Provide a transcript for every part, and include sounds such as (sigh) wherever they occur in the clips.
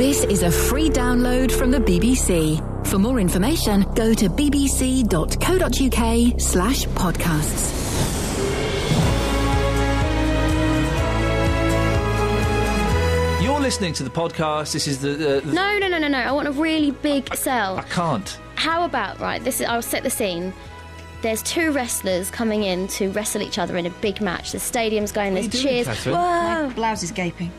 This is a free download from the BBC. For more information, go to bbc.co.uk slash podcasts. You're listening to the podcast. This is the. Uh, the No, no, no, no, no. I want a really big I sell. can't. How about right? This is. I'll set the scene. There's two wrestlers coming in to wrestle each other in a big match. The stadium's going. What are There's you doing, cheers. Catherine? Whoa! My blouse is gaping.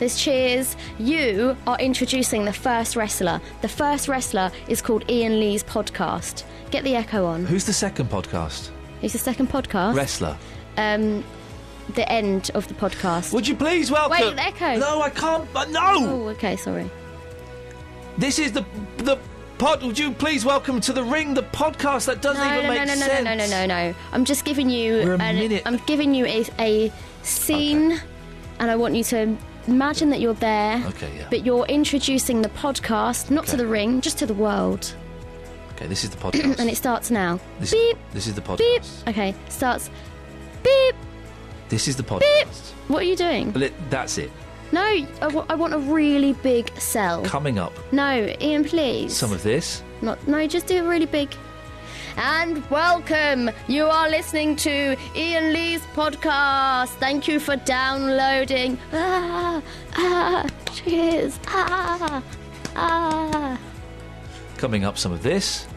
There's cheers. You are introducing the first wrestler. The first wrestler is called Ian Lee's podcast. Get the echo on. Who's the second podcast? Who's the second podcast? Wrestler. um, the end of the podcast. Would you please welcome? Wait, Echo. No, I can't. uh, No, Oh, okay, sorry. this is the the pod. Would you please welcome to the ring the podcast that doesn't No, no, even no, make no, no, no, sense? no, no, no, no. I'm just giving you. We're a an, minute- I'm giving you a, a scene, and I want you to imagine that you're there. Okay, yeah. But you're introducing the podcast, not to Okay. the ring, just to the world, Okay, this is the podcast. (clears throat) and it starts now. this, beep, This is the podcast. beep. Okay, starts. Beep. This is the podcast. What are you doing? Well, it- That's it. No, I wa- I want a really big sell. Coming up, No, Ian, please. some of this. Not no, just do it really big. And welcome. You are listening to Ian Lee's podcast. Thank you for downloading. Ah, ah, cheers. Ah, ah. Coming up, some of this.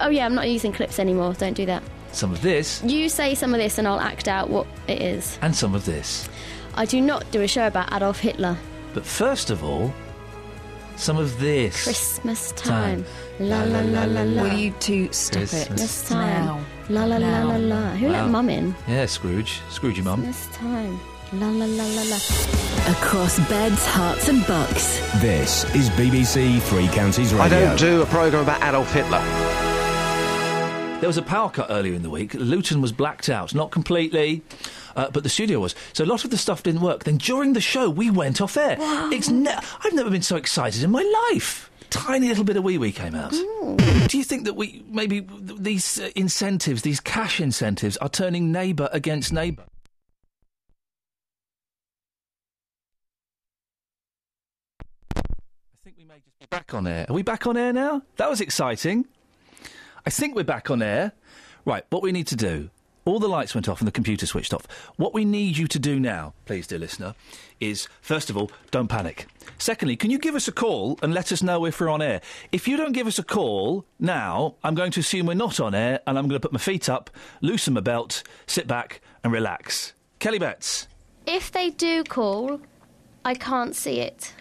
Oh yeah, I'm not using clips anymore. Don't do that. Some of this. You say some of this, and I'll act out what it is. And some of this. I do not do a show about Adolf Hitler. But first of all, some of this. Christmas time. La la la la la. Will you two stop Christmas. it? Christmas time. Now. La la la la la. Who let Wow. mum in? Yeah, Scrooge. Scrooge your mum. Christmas time. La la la la la. Across beds, hearts and bucks. This is BBC Three Counties Radio. I don't do a programme about Adolf Hitler. There was a power cut earlier in the week. Luton was blacked out. Not completely, uh, but the studio was. So a lot of the stuff didn't work. Then during the show, we went off air. It's ne- I've never been so excited in my life. Tiny little bit of wee wee came out. Do you think that we maybe th- these uh, incentives, these cash incentives, are turning neighbour against neighbour? I think we may just be back on air. Are we back on air now? That was exciting. I think we're back on air. Right, what we need to do. All the lights went off and the computer switched off. What we need you to do now, please, dear listener, is first of all, don't panic. Secondly, can you give us a call and let us know if we're on air? If you don't give us a call now, I'm going to assume we're not on air and I'm going to put my feet up, loosen my belt, sit back and relax. Kelly Betts. If they do call, I can't see it.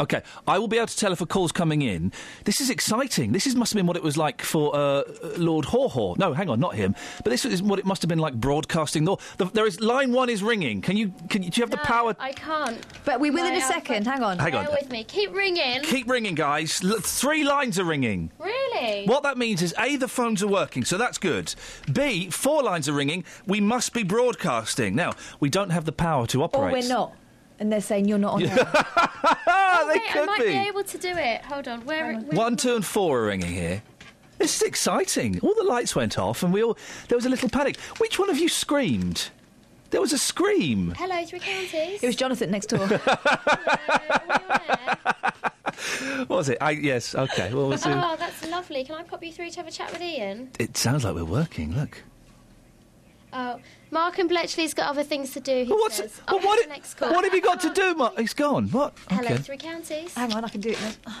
Okay, I will be able to tell if a call's coming in. This is exciting. This is, must have been what it was like for uh, Lord Haw-Haw. No, hang on, not him. But this is what it must have been like broadcasting. The, the, there is line one is ringing. Can you? Can you do you have the power? um, I can't. But we're within My a second. Hang on. Hang Bear on. with me. Keep ringing. Keep ringing, guys. L- three lines are ringing. really? What that means is A, the phones are working, so that's good. B, four lines are ringing. We must be broadcasting. Now, we don't have the power to Or operate. we're not. And they're saying you're not on (laughs) there. Ah, Oh, they Wait, I could might be. able to do it. Hold on. Where? where One, two, and four are ringing here. This is exciting. All the lights went off, and we all there was a little panic. Which one of you screamed? There was a scream. Hello, three counties. It was Jonathan next door. What was it? I, yes. Okay. Well, we'll do. (laughs) Oh, that's lovely. Can I pop you through to have a chat with Ian? It sounds like we're working. Look. Oh, Mark and Bletchley's got other things to do. He Well, what's says. well, I'll what? have the next call. what have you got to do? Mark? He's gone. What? Hello, Okay. three counties. Hang on, I can do it now.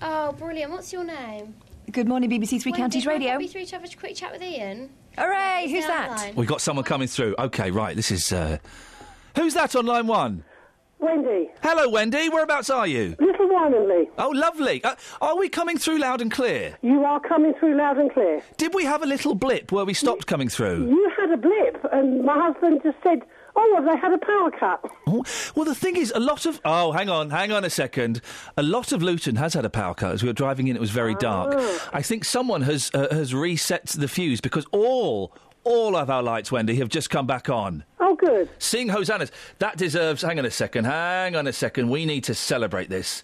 Oh, brilliant. What's your name? Good morning, BBC Three Wait, Counties can I Radio. Pop you through to have a quick chat with Ian. Hooray! Who's Down the that? line. We've got someone coming through. Okay. Right. This is. Uh, who's that on line one? Wendy, Hello, Wendy. Whereabouts are you? Little Wymanley, Oh, lovely. Uh, are we coming through loud and clear? you are coming through loud and clear. Did we have a little blip where we stopped coming through? You had a blip, and my husband just said, "Oh, have they had a power cut?" Oh, Well, the thing is, a lot of oh, hang on, hang on a second. A lot of Luton has had a power cut. As we were driving in, it was very dark. Oh. I think someone has uh, has reset the fuse because all all of our lights, Wendy, have just come back on. Oh, good. Sing hosannas. That deserves. Hang on a second. Hang on a second. We need to celebrate this.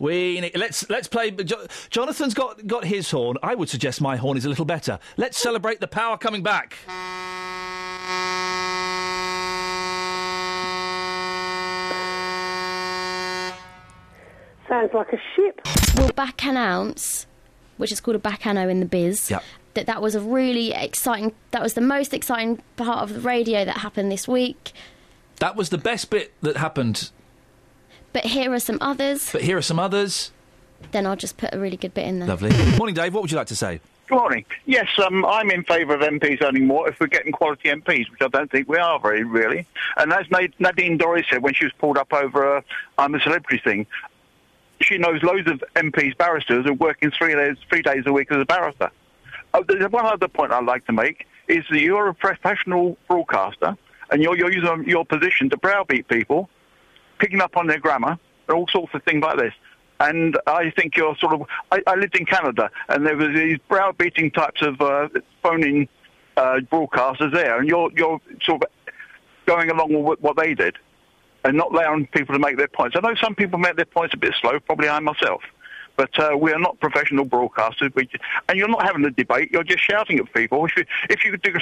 We need, let's let's play. Jo- Jonathan's got got his horn. I would suggest my horn is a little better. Let's celebrate the power coming back. sounds like a ship. will back announce, which is called a back anno in the biz. Yep. That that was a really exciting. That was the most exciting part of the radio that happened this week. That was the best bit that happened. But here are some others. But here are some others. Then I'll just put a really good bit in there. Lovely. Morning, Dave. What would you like to say? Good morning. Yes, um, I'm in favour of MPs earning more if we're getting quality MPs, which I don't think we are very really. And as Na- Nadine Dorries said when she was pulled up over uh, I'm a celebrity thing, she knows loads of MPs, barristers, who are working three days, three days a week as a barrister. Oh, there's one other point I'd like to make is that you're a professional broadcaster and you're, you're using your position to browbeat people picking up on their grammar and all sorts of things like this. And I think you're sort of. I, I lived in Canada, and there was these browbeating types of uh, phone-in uh, broadcasters there, and you're you're sort of going along with what they did, and not allowing people to make their points. I know some people make their points a bit slow, probably I myself, but uh, we are not professional broadcasters. We, and you're not having a debate; you're just shouting at people. If you if you, could do,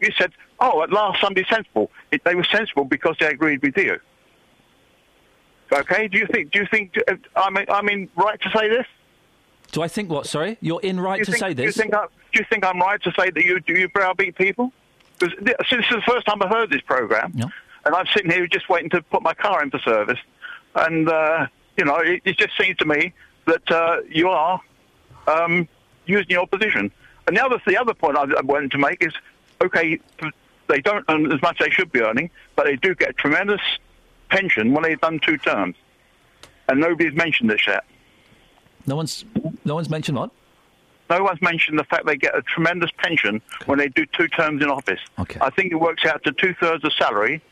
you said, "Oh, at last somebody's sensible," it, they were sensible because they agreed with you. Okay, do you think? Do you think uh, I'm I'm in right to say this? Do I think what? Sorry, you're in right Do you to think, say do you this. think I, do you think I'm right to say that you do you browbeat people? Because since this is the first time I've heard this program, Yeah. and I'm sitting here just waiting to put my car in for service, and uh, you know, it, it just seems to me that uh, you are um, using your position. And the other the other point I, I wanted to make is, okay, they don't earn as much they should be earning, but they do get a tremendous pension when they've done two terms, and nobody's mentioned this yet. No one's no one's mentioned what. No one's mentioned the fact they get a tremendous pension when they do two terms in office. Okay. I think it works out to two thirds of salary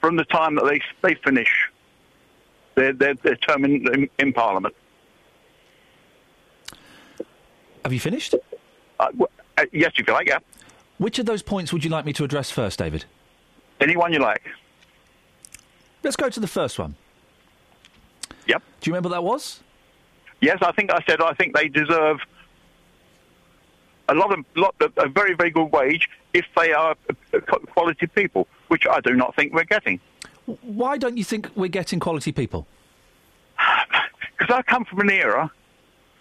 from the time that they they finish their their, their term in, in, in Parliament. Have you finished? Uh, w- uh, yes, if you like, yeah. Which of those points would you like me to address first, David? Anyone you like. Let's go to the first one. Yep. Do you remember what that was? Yes, I think I said I think they deserve a lot of lot of, a very very good wage if they are uh, qu- quality people, which I do not think we're getting. Why don't you think we're getting quality people? because I come from an era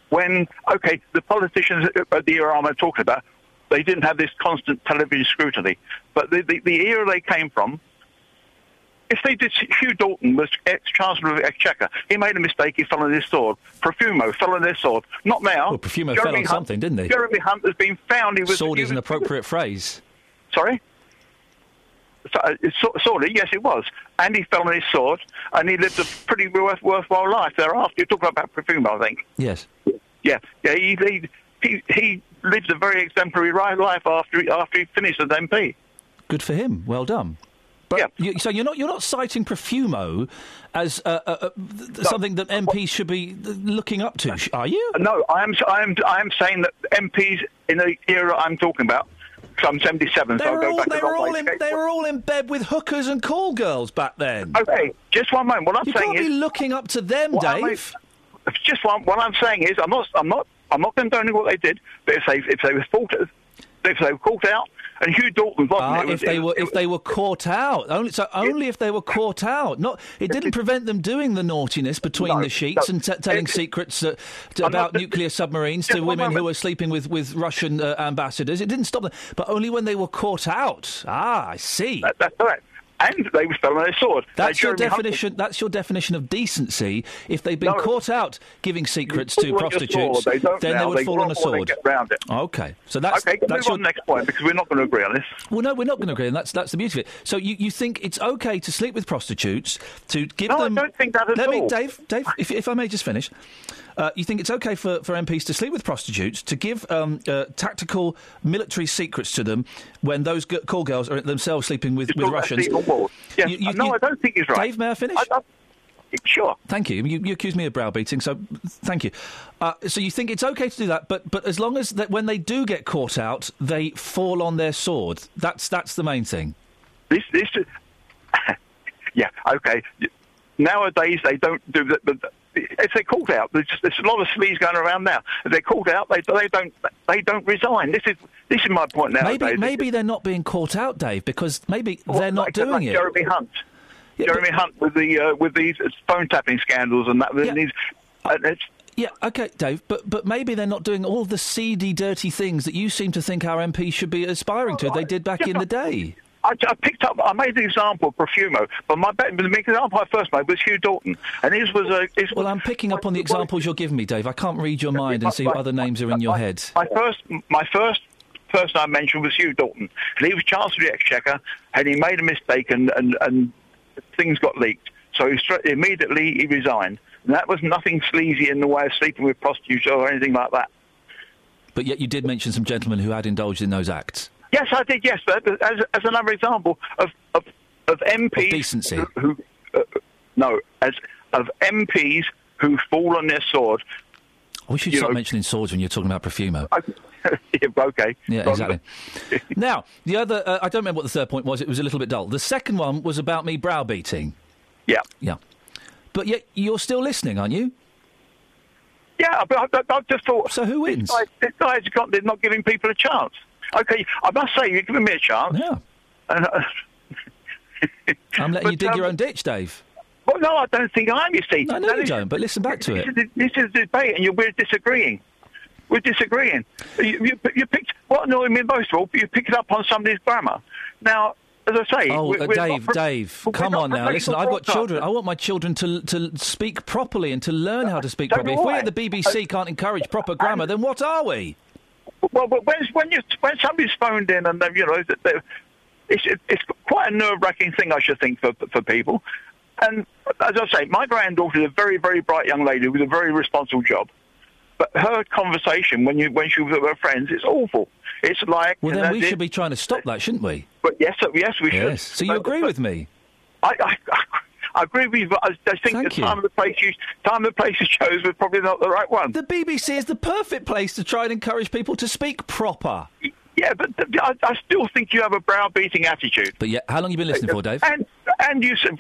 when, okay, the politicians at the era I'm talking about, they didn't have this constant television scrutiny. But the, the, the era they came from, if they did, Hugh Dalton was ex-Chancellor of the Exchequer. He made a mistake, he fell on his sword. Profumo fell on his sword. Not now. Well, Profumo fell on Hunt- something, didn't he? Jeremy Hunt has been found. He was, Sword he is an was- appropriate phrase. Sorry? So- uh, so- Sorely, yes, it was. And he fell on his sword, and he lived a pretty worth, worthwhile life thereafter. You're talking about Profumo, I think. Yes. Yeah, yeah. He he he, he lived a very exemplary ri- life after he, after he finished as MP. Good for him. Well done. But Yeah. you, so you're not you're not citing Profumo as uh, uh, uh, th- something that MPs should be uh, looking up to, sh- are you? No, I am I am I am saying that MPs in the era I'm talking about, so I'm 77, They so I'll were go all back they a long were all way. in they were all in bed with hookers and call girls back then. Okay, just one moment. What I'm You saying can't be is, looking up to them, what I'm- Dave. just one. What I'm saying is, I'm not I'm not I'm not condoning what they did, but if they if they were fought, if they were caught out, and Hugh Dalton wasn't, Ah, it was, if they it- were it if they were caught out, only so only if they were caught out. Not it didn't prevent them doing the naughtiness between No, the sheets no. and t- telling It- secrets uh, t- I'm about not- nuclear submarines Just to one women who moment. were sleeping with with Russian uh, ambassadors. It didn't stop them, but only when they were caught out. Ah, I see. that- that's right. And they fell on their sword. That's Uh, your Jeremy Hunt- definition. That's your definition of decency. If they've been No. caught out giving secrets to fall on your prostitutes, sword. They don't then they now. would They fall on a grovel and they sword. get round it. Okay, so that's okay, that's move your on to the next point because we're not going to agree on this. Well, no, we're not going to agree, and that's that's the beauty of it. So you, you think it's okay to sleep with prostitutes to give No, I them? don't think that at Let me, all. Dave. Dave, if, if I may just finish, uh, you think it's okay for, for MPs to sleep with prostitutes to give um, uh, tactical military secrets to them when those g- call girls are themselves sleeping with, with Talk about Russians? Stephen Ward. Yes. You- you- no, you- I don't think he's right. Dave, may I finish? I- I- sure. Thank you. you. You accuse me of browbeating, so thank you. Uh, so you think it's okay to do that, but but as long as that when they do get caught out, they fall on their sword. That's that's the main thing. This, this, (laughs) yeah, okay. Nowadays they don't do that. But if they're called out, there's, there's a lot of sleaze going around now. If they're called out, they, they don't they don't resign. This is this is my point now. Maybe maybe they're not being caught out, Dave, because maybe they're not doing it. Jeremy Hunt. Yeah, Jeremy Hunt with the uh, with these phone tapping scandals and that. Yeah. And these, And it's, Yeah, okay, Dave, but but maybe they're not doing all the seedy, dirty things that you seem to think our MPs should be aspiring to. They did back in the day. I, I picked up. I made the example of Profumo, but my bet, the example I first made was Hugh Dalton, and his was a. His Well, I'm picking up on the examples you're giving me, Dave. I can't read your mind and see what other names are in your head. My first, my first person I mentioned was Hugh Dalton, and he was Chancellor of the Exchequer, and he made a mistake, and and, and things got leaked. So he stra- immediately he resigned. And that was nothing sleazy in the way of sleeping with prostitutes or anything like that. But yet you did mention some gentlemen who had indulged in those acts. Yes, I did. Yes, but as, as another example of of, of MPs Of decency. who uh, no, as of MPs who fall on their sword. (laughs) I wish you'd You stop know- mentioning swords when you're talking about Profumo. I- Yeah, okay. Yeah, exactly. (laughs) now, the other, uh, I don't remember what the third point was. It was a little bit dull. The second one was about me browbeating. Yeah, Yeah. But yet you're still listening, aren't you? yeah. But I, I, I just thought. So who wins? This guy, this guy's got, they're not giving people a chance. Okay, I must say you're giving me a chance. Yeah. (laughs) And, uh, I'm letting But, you dig your um, own ditch, Dave. well, no, I don't think I'm. You see, No, no, Now, you this- don't, but listen back to this it. Is, this is a debate, and you're, we're disagreeing. We're disagreeing. You, you, you picked what annoyed me most of all. You picked up on somebody's grammar. Now, as I say, Oh, we're- uh, we're not Dave, pro- Dave, we're come not on now. Listen, professional I've got broadcasters. children. I want my children to to speak properly and to learn how to speak So properly. do Uh, If we I. at the BBC can't encourage proper grammar, then what are we? Well, but when when you when somebody's phoned in and they, you know, they, it's it's quite a nerve wracking thing, I should think, for for people. And as I say, my granddaughter's a very very bright young lady with a very responsible job. But her conversation when you when she was with her friends, it's awful. It's like Well, then and we that's should it. be trying to stop that, shouldn't we? But yes, yes, we should. Yes. So you But- agree Uh, but- with me? I, I, I agree with you, but I, I think Thank the you. time and the place you time and the place you (laughs) chose was probably not the right one. The BBC is the perfect place to try and encourage people to speak proper. yeah, but the, I, I still think you have a browbeating attitude. But yeah, how long you been listening for, Dave? And and you said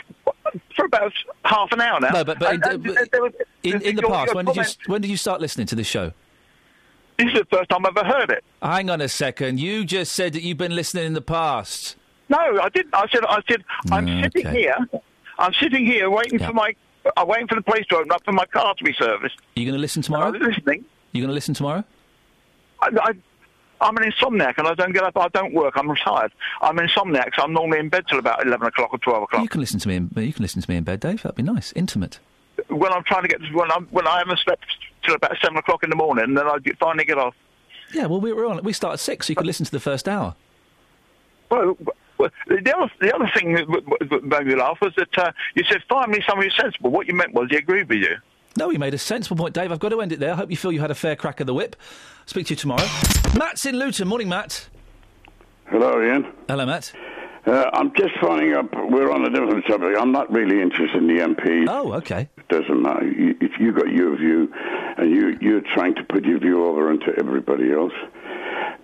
for about half an hour now. No, but, but, And- and in, there- there was- in, in the your- past, your when did you comment- when did you start listening to this show? This is the first time I've ever heard it. Hang on a second. You just said that you've been listening in the past. No, I didn't. I said I said I'm Mm, sitting okay. here. I'm sitting here waiting Yeah. for my. I'm waiting for the place to open up for my car to be serviced. You going to listen I'm tomorrow? listening. You going to listen tomorrow? I, I, I'm an insomniac and I don't get up. I don't work. I'm retired. I'm an insomniac, so I'm normally in bed till about eleven o'clock or twelve o'clock. You can listen to me. In, you can listen to me in bed, Dave. That'd be nice, intimate. When I'm trying to get when I'm when I haven't slept till about seven o'clock in the morning, and then I get- finally get off. Yeah. Well, we were on. We start at six, so you could listen to the first hour. Well, well, the other the other thing that w- w- made me laugh was that uh, you said finally somebody's sensible. What you meant was he agreed with you. No, he made a sensible point, Dave. I've got to end it there. I hope you feel you had a fair crack of the whip. Speak to you tomorrow. Matt's in Luton. Morning, Matt. Hello, Ian. Hello, Matt. Uh, I'm just finding up. We're on a different subject. I'm not really interested in the MP. Oh, okay. It doesn't matter. You, if you got your view, and you you're trying to put your view over onto everybody else,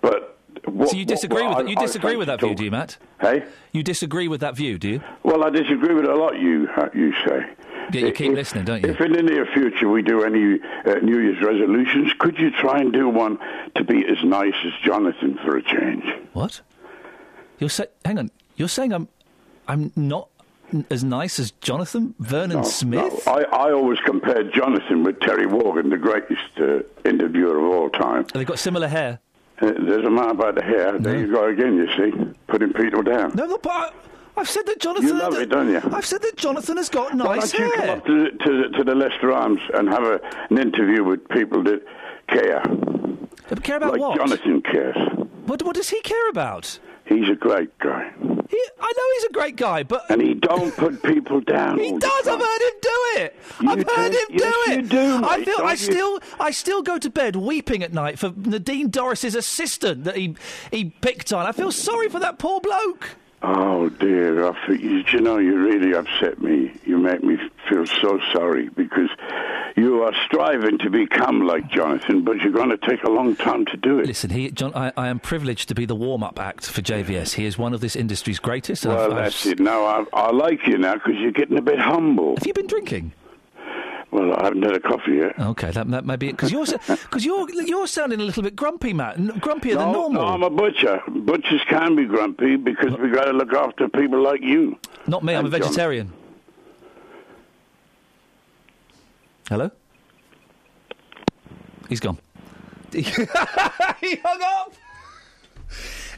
but what, So you disagree what- with what that? You I- I disagree with that fancy view, do you, Matt? Hey, You disagree with that view, do you? well, I disagree with a lot. You ha- you say. Yeah, you keep If- listening, don't you? If in the near future we do any uh, New Year's resolutions, could you try and do one to be as nice as Jonathan for a change? What? You're say- hang on. You're saying I'm I'm not n- as nice as Jonathan Vernon No, Smith? no. I, I always compared Jonathan with Terry Wogan, the greatest uh, interviewer of all time. Uh, They've got similar hair. It doesn't matter about the hair. There you go again, you see, putting people down. No, no, but I, I've said that Jonathan. love it, don't you? I've said that Jonathan has got Why nice don't you come hair. up to the, to the, to the Leicester Arms and have a, an interview with people that care, But care about like what? Jonathan cares. what? What does he care about? He's a great guy, He, I know he's a great guy, but and he don't put people down. He all the does. I've time. heard him do it. You I've heard do- him yes, do it. you do, I mate, feel. don't I you? still. I still go to bed weeping at night for Nadine Dorris's assistant that he he picked on. I feel sorry for that poor bloke. Oh dear, I think, you, you know you really upset me. You make me feel so sorry because you are striving to become like Jonathan, but you're going to take a long time to do it. Listen, he, John, I, I am privileged to be the warm-up act for JVS. He is one of this industry's greatest. and well, uh, I've- I've- that's it. Now I, I like you now because you're getting a bit humble. Have you been drinking? Well, I haven't had a coffee yet. Okay, that, that may be it. Because you're, because you're, you're sounding a little bit grumpy, Matt. n- Grumpier than no, normal. no, I'm a butcher. Butchers can be grumpy because we got to look after people like you. Not me. I'm a And John. vegetarian. Hello. He's gone. (laughs) he hung up.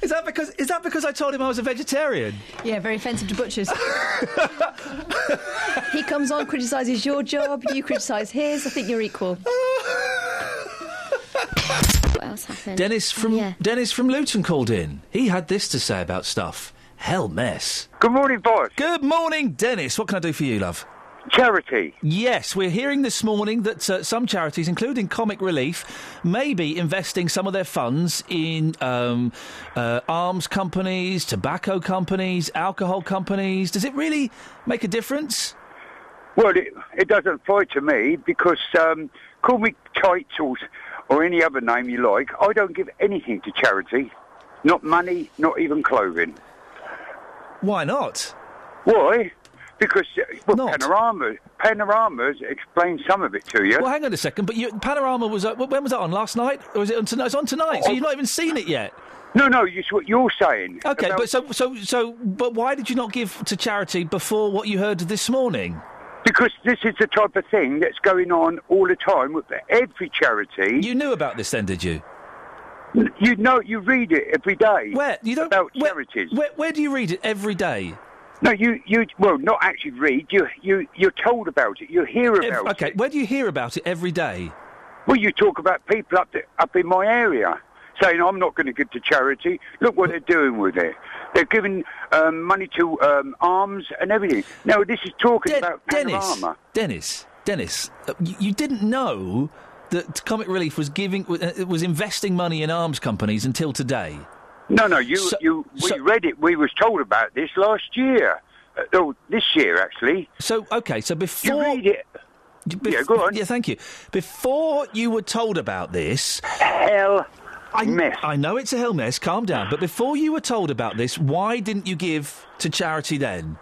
Is that because? Is that because I told him I was a vegetarian? Yeah, very offensive to butchers. he comes on, criticises your job, you criticise his. I think you're equal. What else happened? Dennis from Yeah. Dennis from Luton called in. He had this to say about stuff. Hell mess. Good morning, boys. Good morning, Dennis. What can I do for you, love? Charity. Yes, we're hearing this morning that uh, some charities, including Comic Relief, may be investing some of their funds in um, uh, arms companies, tobacco companies, alcohol companies. Does it really make a difference? Well, it, it doesn't apply to me because um, call me kites or, or any other name you like. I don't give anything to charity, not money, not even clothing. Why not? Why? Because uh, well, Panorama, Panorama's explained some of it to you. Well, hang on a second. But you, Panorama was uh, when was that on last night? Or was it on tonight? It's on tonight. So you've not even seen it yet. No, no, it's what you're saying. Okay, about- but so so so. But why did you not give to charity before what you heard this morning? Because this is the type of thing that's going on all the time with every charity. You knew about this then, did you? You know, you read it every day. Where you don't about charities? Where, where do you read it every day? No, you you well, not actually read. You you you're told about it. You hear about Ev- it. okay, where do you hear about it every day? Well, you talk about people up the, up in my area saying I'm not going to give to charity. Look what they're doing with it. They're giving um, money to um, arms and everything. No, this is talking about Dennis, Panorama. Dennis, Dennis, uh, you, you didn't know that Comic Relief was giving uh, was investing money in arms companies until today. No, no, you you we read it. We was told about this last year. Uh, oh, this year actually. So okay, so before you read it, yeah, go on. Yeah, thank you. Before you were told about this, hell I, mess. I know it's a hell mess. Calm down. But before you were told about this, why didn't you give to charity then?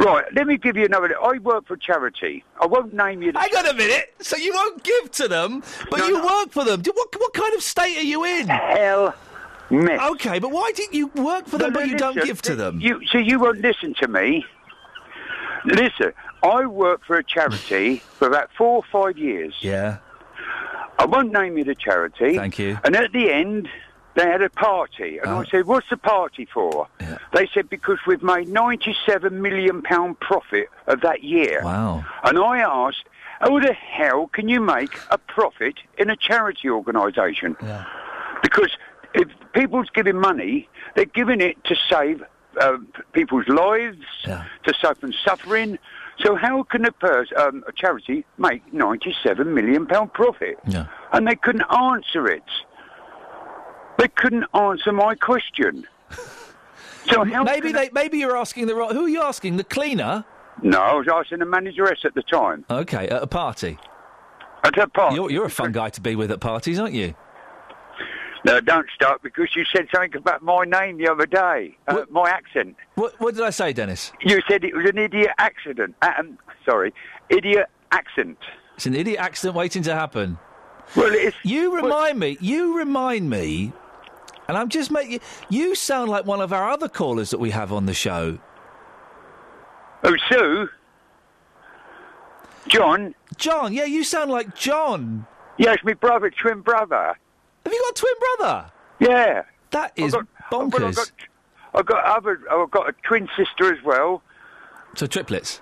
Right, let me give you another. I work for charity. I won't name you. Hang on a minute. So you won't give to them, but you work for them. Do- What, what kind of state are you in? Hell, mess. Okay, but why didn't you work for them, No, but no, you don't listen, give to them? You so you won't listen to me. Listen, I work for (laughs) a charity for about four or five years. Yeah. I won't name you the charity. Thank you. Oh. And at the end, they had a party, and I said, "What's the party for?" They said, "Because we've made ninety-seven million pound profit of that year." Oh. Wow. And I asked, "How the hell can you make a profit in a charity organisation?" Because if people's giving money, they're giving it to save uh, p- people's lives, to save from suffering. So how can a, pers- um, a charity make ninety-seven million pound profit? And they couldn't answer it. They couldn't answer my question. So how maybe they, maybe you're asking the wrong. Who are you asking? The cleaner? No, I was asking the manageress at the time. Okay, at a party. At a party. You're, you're a fun guy to be with at parties, aren't you? No, don't start because you said something about my name the other day, uh, my accent. What, what did I say, Dennis? You said it was an idiot accident. uh, Um, sorry, idiot accent. It's an idiot accident waiting to happen. Well, it's, you remind me. You remind me, and I'm just making you sound like one of our other callers that we have on the show. Oh, Sue. John. John, yeah, you sound like John. Yes, my brother, twin brother. Have you got a twin brother? Yeah. That I've is got- I've got- I've bonkers. got- I've got other. I've got a twin sister as well. So triplets.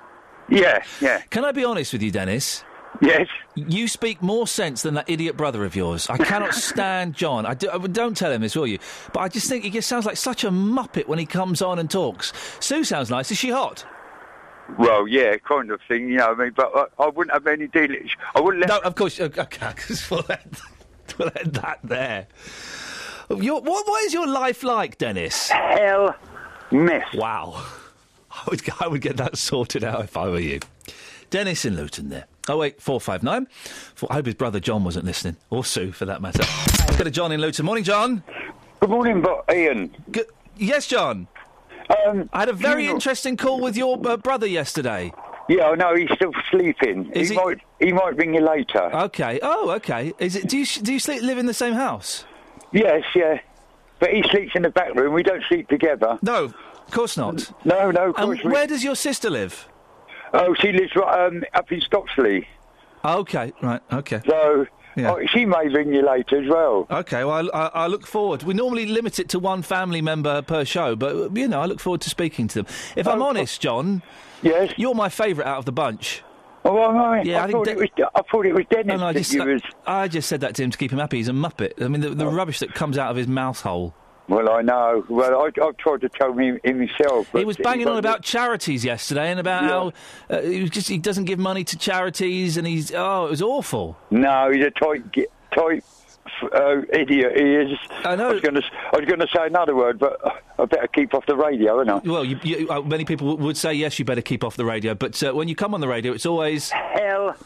Yeah, yeah. Can I be honest with you, Dennis? Yes. You speak more sense than that idiot brother of yours. I (laughs) cannot stand John. I, do, I don't tell him this, will you? But I just think he just sounds like such a muppet when he comes on and talks. Sue sounds nice. Is she hot? Well, yeah, kind of thing. You know what I mean? But I, I wouldn't have any dealings. I wouldn't. Let no, of course. uh, Okay, (laughs) because we'll end, we'll end that there. Your, what, what is your life like, Dennis? Hell, mess. Wow. (laughs) I would, g- I would get that sorted out if I were you. Dennis in Luton there. Oh, wait, 459. Four, I hope his brother John wasn't listening, or Sue for that matter. Let's go to John in Luton. Morning, John. Good morning, Ian. Good, yes, John. Um, I had a very interesting call with your uh, brother yesterday. Yeah, I know he's still sleeping. Is he, he- might he might ring you later. Okay. Oh, okay. Is it? Do you s- do you sleep, live in the same house? Yes, yeah. But he sleeps in the back room. We don't sleep together. No, of course not. No, no, of And course we- where does your sister live? Oh, she lives right, um, up in Stocksley. Okay, right, okay. So Oh, she may ring you later as well. Okay, well, I, I, I look forward. We normally limit it to one family member per show, but, you know, I look forward to speaking to them. If I'm honest, John. Oh, Yes. You're my favourite out of the bunch. Oh, well, I, Yeah, I, think thought De- it was, I thought it was Dennis. And I that just, you was- Oh. I just said that to him to keep him happy. He's a muppet. I mean, the, the rubbish that comes out of his mouth hole. Well, I know. Well, I, I've tried to tell him, him myself. He was banging on about charities yesterday and about how uh, he was just he doesn't give money to charities and he's oh it was awful. No, he's a tight, gi- tight f- uh, idiot. He is. I know. I was going to say another word, but I better keep off the radio, ain't I? Well, you, you, uh, many people w- would say yes, you better keep off the radio, but uh, when you come on the radio, it's always (laughs) hell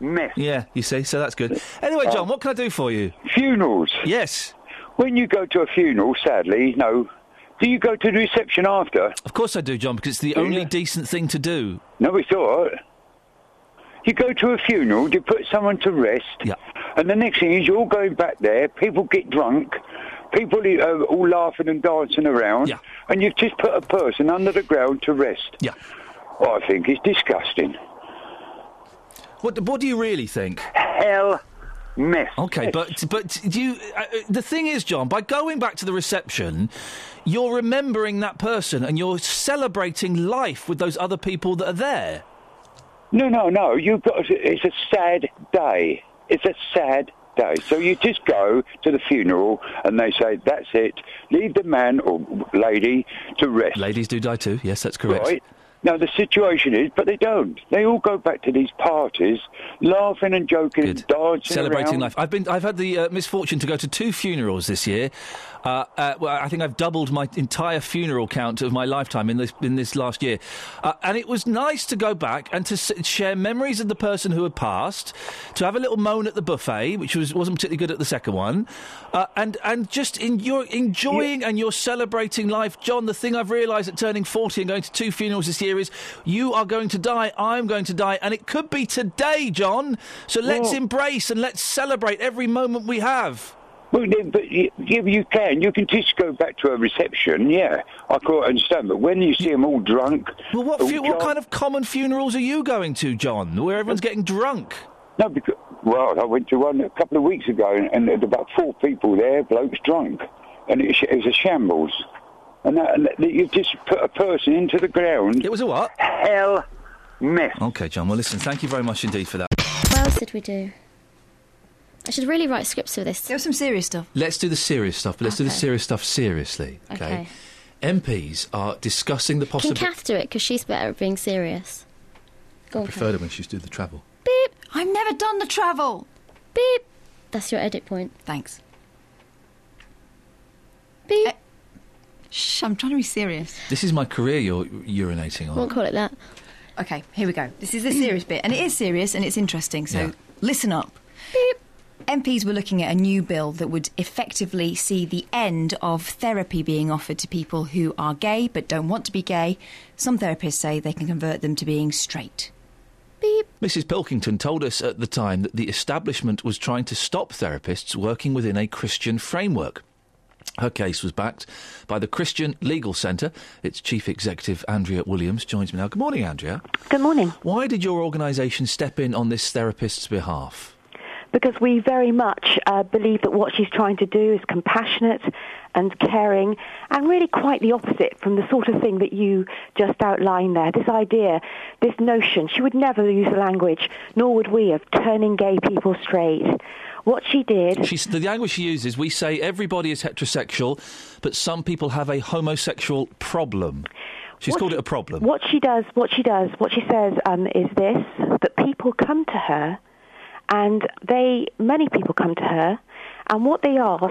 mess. Yeah, you see, so that's good. Anyway, John, what can I do for you? Uh, Funerals. Yes. When you go to a funeral, sadly, no. Do you go to the reception after? Of course I do, John, because it's the only decent thing to do. No, it's all right. You go to a funeral, you put someone to rest, and the next thing is you're all going back there, people get drunk, people are all laughing and dancing around, and you've just put a person under the ground to rest. Oh, Yeah. I think it's disgusting. What What do you really think? Hell, mess. Okay, but but do you? Uh, uh, the thing is, John, by going back to the reception, you're remembering that person and you're celebrating life with those other people that are there. No, no, no. You've got. It's a sad day. It's a sad day. So you just go to the funeral, and they say, "That's it. Leave the man or lady to rest." Ladies do die too. Yes, that's correct. Right. Now the situation is, but they don't. They all go back to these parties, laughing and joking and dancing, Celebrating around. life. I've been. I've had the uh, misfortune to go to two funerals this year. Uh, uh, well, I think I've doubled my entire funeral count of my lifetime in this in this last year, uh, and it was nice to go back and to s- share memories of the person who had passed, to have a little moan at the buffet, which was wasn't particularly good at the second one, uh, and and just in, you're enjoying and you're celebrating life. John, the thing I've realised at turning forty and going to two funerals this year is you are going to die, I'm going to die, and it could be today, John. So let's Well- embrace and let's celebrate every moment we have. Well, then, but you, yeah, you can. You can just go back to a reception. Yeah, I quite understand. But when you see them all drunk, oh, Well, what all fu- drunk- what kind of common funerals are you going to, John? Where everyone's getting drunk? No, because well, I went to one a couple of weeks ago, and, and there were about four people there, blokes drunk, and it, sh- it was a shambles. And, that, and that, you've just put a person into the ground. It was a what? Hell, mess. Okay, John. Well, listen, thank you very much indeed for that. What else did we do? I should really write scripts for this. There was some serious stuff. Let's do the serious stuff, but let's do the Okay. serious stuff seriously. Okay. Okay. MPs are discussing the Can possibility. Kath do it? Because she's better at being serious. Go on, Kath. it when she's do the travel. Beep. I've never done the travel. Beep. That's your edit point. Thanks. Eh. Beep. Shh, I'm trying to be serious. This is my career you're urinating on. Won't call it that. Okay, here we go. This is the serious bit, and it is serious and it's interesting, so Yeah. listen up. MPs were looking at a new bill that would effectively see the end of therapy being offered to people who are gay but don't want to be gay. Some therapists say they can convert them to being straight. Mrs. Pilkington told us at the time that the establishment was trying to stop therapists working within a Christian framework. Her case was backed by the Christian Legal Centre. Its chief executive, Andrea Williams, joins me now. Good morning, Andrea. Good morning. Why did your organisation step in on this therapist's behalf? Because we very much uh, believe that what she's trying to do is compassionate and caring, and really quite the opposite from the sort of thing that you just outlined there. This idea, this notion, she would never use the language, nor would we, of turning gay people straight. What she did. She's, the language she uses, we say everybody is heterosexual, but some people have a homosexual problem. She's What- called it a problem. What she does, what she does, what she says um, is this: that people come to her, and they, many people come to her, and what they ask,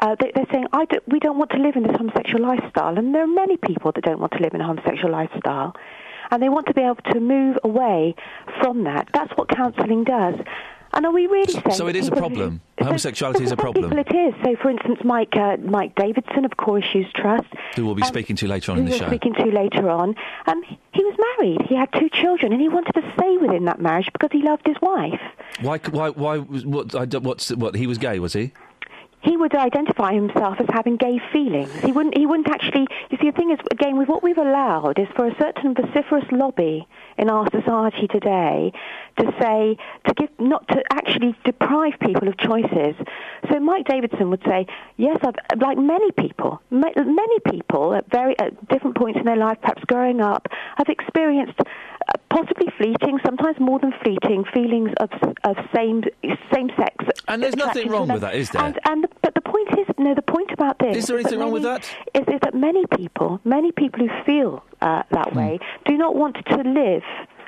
uh, they, they're saying, I don't, "We don't want to live in this homosexual lifestyle," and there are many people that don't want to live in a homosexual lifestyle, and they want to be able to move away from that. That's what counselling does. And are we really saying? So that it is a people- (laughs) problem. Homosexuality is a problem. People, it is. So, for instance, Mike uh, Mike Davidson of Core Issues Trust Who we'll be speaking to later on who in the you're show. speaking to later on, um, he was married. He had two children, and he wanted to stay within that marriage because he loved his wife. Why? c- Why? Why? was- What? I don't- what's what? He was gay, was he? he would identify himself as having gay feelings. He wouldn't. He wouldn't actually. You see, the thing is, again, with what we've allowed is for a certain vociferous lobby in our society today to say to give not to actually deprive people of choices. So Mike Davidson would say, yes, I've, like many people, ma- many people at very at different points in their life, perhaps growing up, have experienced uh, possibly fleeting, sometimes more than fleeting, feelings of of same same sex. And there's nothing wrong with that, is there? And, and the, but the point is, no, the point about this Is there anything wrong with that? Is, is that many people, many people who feel uh, that Hmm. way, do not want to live.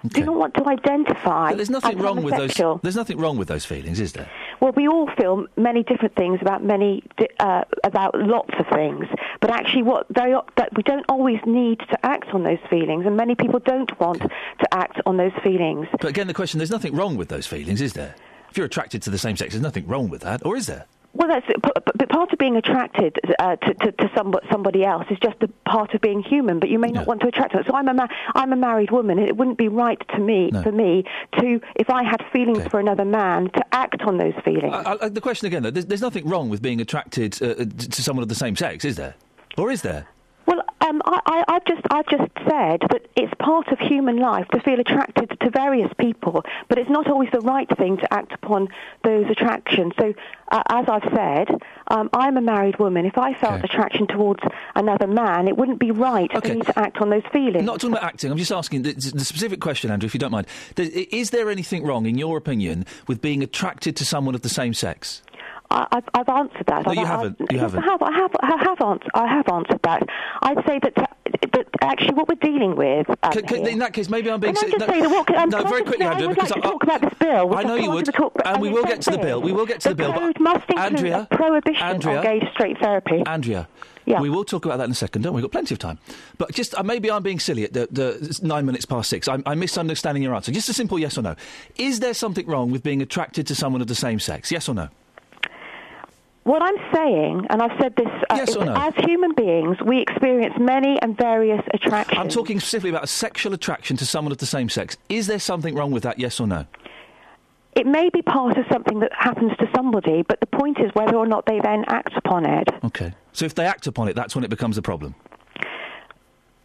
Do not want to identify. But there's nothing as wrong with those. homosexual. There's nothing wrong with those feelings, is there? Well, we all feel many different things about many di- uh, about lots of things, but actually, what very o- that we don't always need to act on those feelings, and many people don't want to act on those feelings. But again, the question: there's nothing wrong with those feelings, is there? If you're attracted to the same sex, there's nothing wrong with that, or is there? Well, that's but- but part of being attracted uh, to, to, to somebody, somebody else is just a part of being human. But you may not want to attract them. So I'm a ma- I'm a married woman. It wouldn't be right to me for me to if I had feelings for another man to act on those feelings. I, I, the question again, though: there's, there's nothing wrong with being attracted uh, uh, to someone of the same sex, is there? Or is there? Well, um, I, I, I've just I've just said that it's part of human life to feel attracted to various people, but it's not always the right thing to act upon those attractions. So, uh, as I've said, um, I'm a married woman. If I felt attraction towards another man, it wouldn't be right for me to act on those feelings. Not talking about acting. I'm just asking the, the specific question, Andrew, if you don't mind. There, i- is there anything wrong, in your opinion, with being attracted to someone of the same sex? I, I've, I've answered that. No, I've- you I've- haven't. You yes, haven't. I have. I have. I have answered. I have answered that. I'd say that. uh, That actually, what we're dealing with. Um, C- c- here- in that case, maybe I'm being. Can I si- just say that what- um, no, can I very just- quickly, no, I Andrew, would because like to talk about this bill. We've I just know you gone to would, the talk- and I we mean, will same get to the thing. bill. We will get to the, The bill. code But must include Andrea, a prohibition on Andrea, gay straight therapy. Andrea, we will talk about that in a second, don't we? We've got plenty of time. But just uh, maybe I'm being silly at the, the it's nine minutes past six. I'm, I'm misunderstanding your answer. Just a simple yes or no. Is there something wrong with being attracted to someone of the same sex? Yes or no? What I'm saying, and I've said this, uh, is that as human beings, we experience many and various attractions. I'm talking specifically about a sexual attraction to someone of the same sex. Is there something wrong with that? Yes or no? it may be part of something that happens to somebody, but the point is whether or not they then act upon it. Okay. So if they act upon it, that's when it becomes a problem.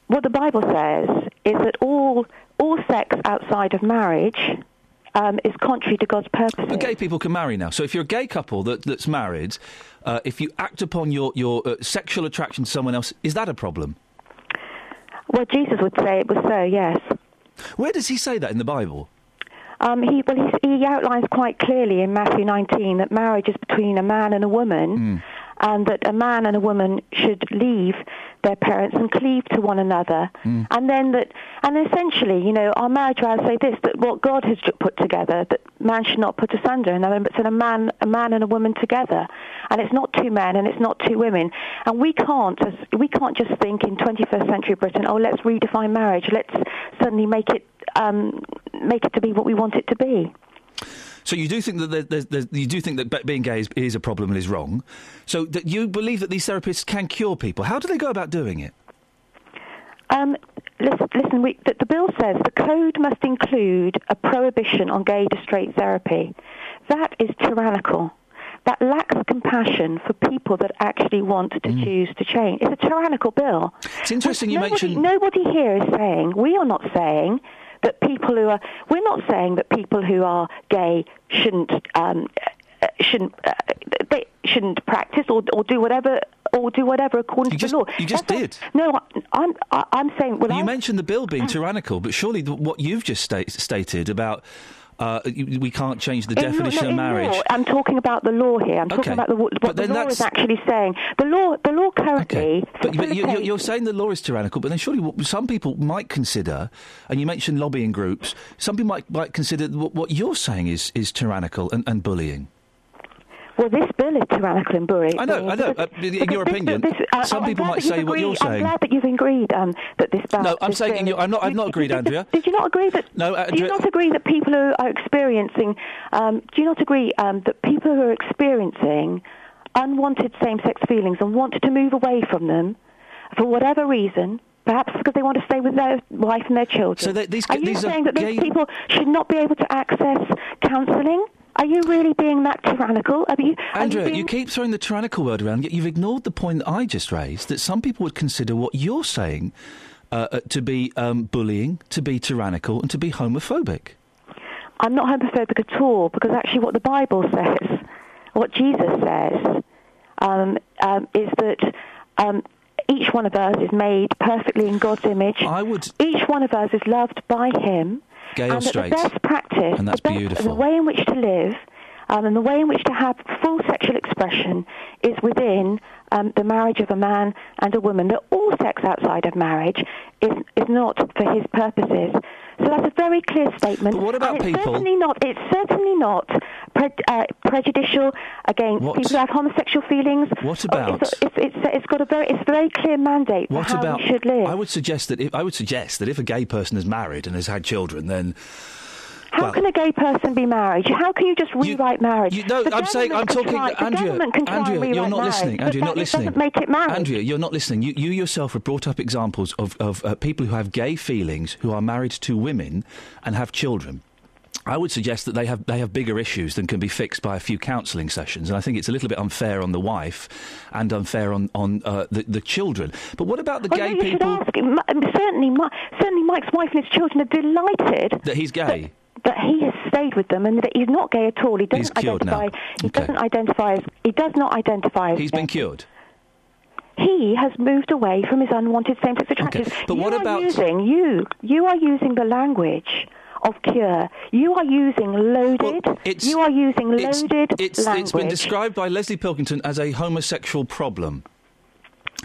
What the Bible says is that all all sex outside of marriage um, is contrary to God's purposes. But gay people can marry now. So if you're a gay couple that, that's married, uh, if you act upon your, your uh, sexual attraction to someone else, is that a problem? Well, Jesus would say it was so. Yes. Where does he say that in the Bible? Um, he, well, he's, he outlines quite clearly in Matthew 19 that marriage is between a man and a woman, and that a man and a woman should leave their parents and cleave to one another. And then that, and essentially, you know, our marriage vows say this: that what God has ju- put together, that man should not put asunder, and then but said a man, a man and a woman together, and it's not two men and it's not two women, and we can't, as- we can't just think in 21st century Britain, oh, let's redefine marriage, let's suddenly make it um, make it to be what we want it to be. So you do think that there, there's, there's, you do think that be- being gay is, is a problem and is wrong. So that you believe that these therapists can cure people. How do they go about doing it? Um, listen, listen we, the, the bill says the code must include a prohibition on gay to straight therapy. That is tyrannical. That lacks compassion for people that actually want to choose to change. It's a tyrannical bill. Mm. It's interesting you nobody, mentioned- Nobody here is saying, we are not saying that people who are, we're not saying that people who are gay shouldn't, um, uh, shouldn't, uh, they shouldn't practice or, or do whatever, or do whatever according to the law. You just did. No, I- I'm I- I'm saying well, you mentioned the bill being tyrannical, but surely the, what you've just sta- stated about uh, you, we can't change the In law- definition no, of in marriage. law, I'm talking about the law here. I'm Okay. talking about the, what But the then law that's- is actually saying. The law the law currently But, but you, you- you're saying the law is tyrannical, but then surely what some people might consider, and you mentioned lobbying groups, some people might, might consider what, what you're saying is, is tyrannical and, and bullying. well this bill is tyrannical and bullying. I know, I know. Uh, in your opinion, some people might say what you're I'm saying. glad that you've agreed um, that this. ban- No, I'm this saying in bill- your, I'm not. I've not agreed, Andrea. (laughs) Did you not agree that? No, uh, do you Andrea- not agree that people who are experiencing? Um, do you not agree um, that people who are experiencing unwanted same-sex feelings and want to move away from them for whatever reason? Perhaps because they want to stay with their wife and their children. So they- these- are you these are saying that those gay- people should not be able to access counselling? Are you really being that tyrannical? Are you, are Andrea, you being you keep throwing the tyrannical word around, yet you've ignored the point that I just raised that some people would consider what you're saying uh, uh, to be um, bullying, to be tyrannical, and to be homophobic. I'm not homophobic at all because actually, what the Bible says, what Jesus says, um, um, is that um, each one of us is made perfectly in God's image. I would. Each one of us is loved by Him. Gay or and that straight. the best practice, And that's the, best, beautiful. the way in which to live, um, and the way in which to have full sexual expression is within um, the marriage of a man and a woman. That all sex outside of marriage is is not for His purposes. So that's a very clear statement. But what and about it's people- Certainly not. It's certainly not pre- uh, prejudicial against What- people who have homosexual feelings. What Oh, about- It's, it's, it's, it's got a very it's a very clear mandate What for how about? we Um, should live. I would suggest that if, I would suggest that if a gay person is married and has had children, then How well, can a gay person be married? How can you just rewrite marriage? No, The I'm saying I'm government can talking. try- the Andrea, government can try and Andrea, you're rewrite not marriage, listening. but Andrea, you're that not listening. doesn't make it marriage. Andrea, you're not listening. You, you yourself have brought up examples of, of uh, people who have gay feelings who are married to women and have children. I would suggest that they have they have bigger issues than can be fixed by a few counselling sessions, and I think it's a little bit unfair on the wife and unfair on on uh, the, the children. But what about the Well, gay you should people ask. M- um, certainly, Mi- certainly, Mike's wife and his children are delighted that he's gay? that he has stayed with them and that he's not gay at all. He doesn't He's cured now. identify. He doesn't identify as. He does not identify as. He's been cured. He has moved away from his unwanted same-sex attractions. but you what are about- using you? You are using the language of cure. You are using loaded. you are using it's- loaded it's, language. it's been described by Leslie Pilkington as a homosexual problem.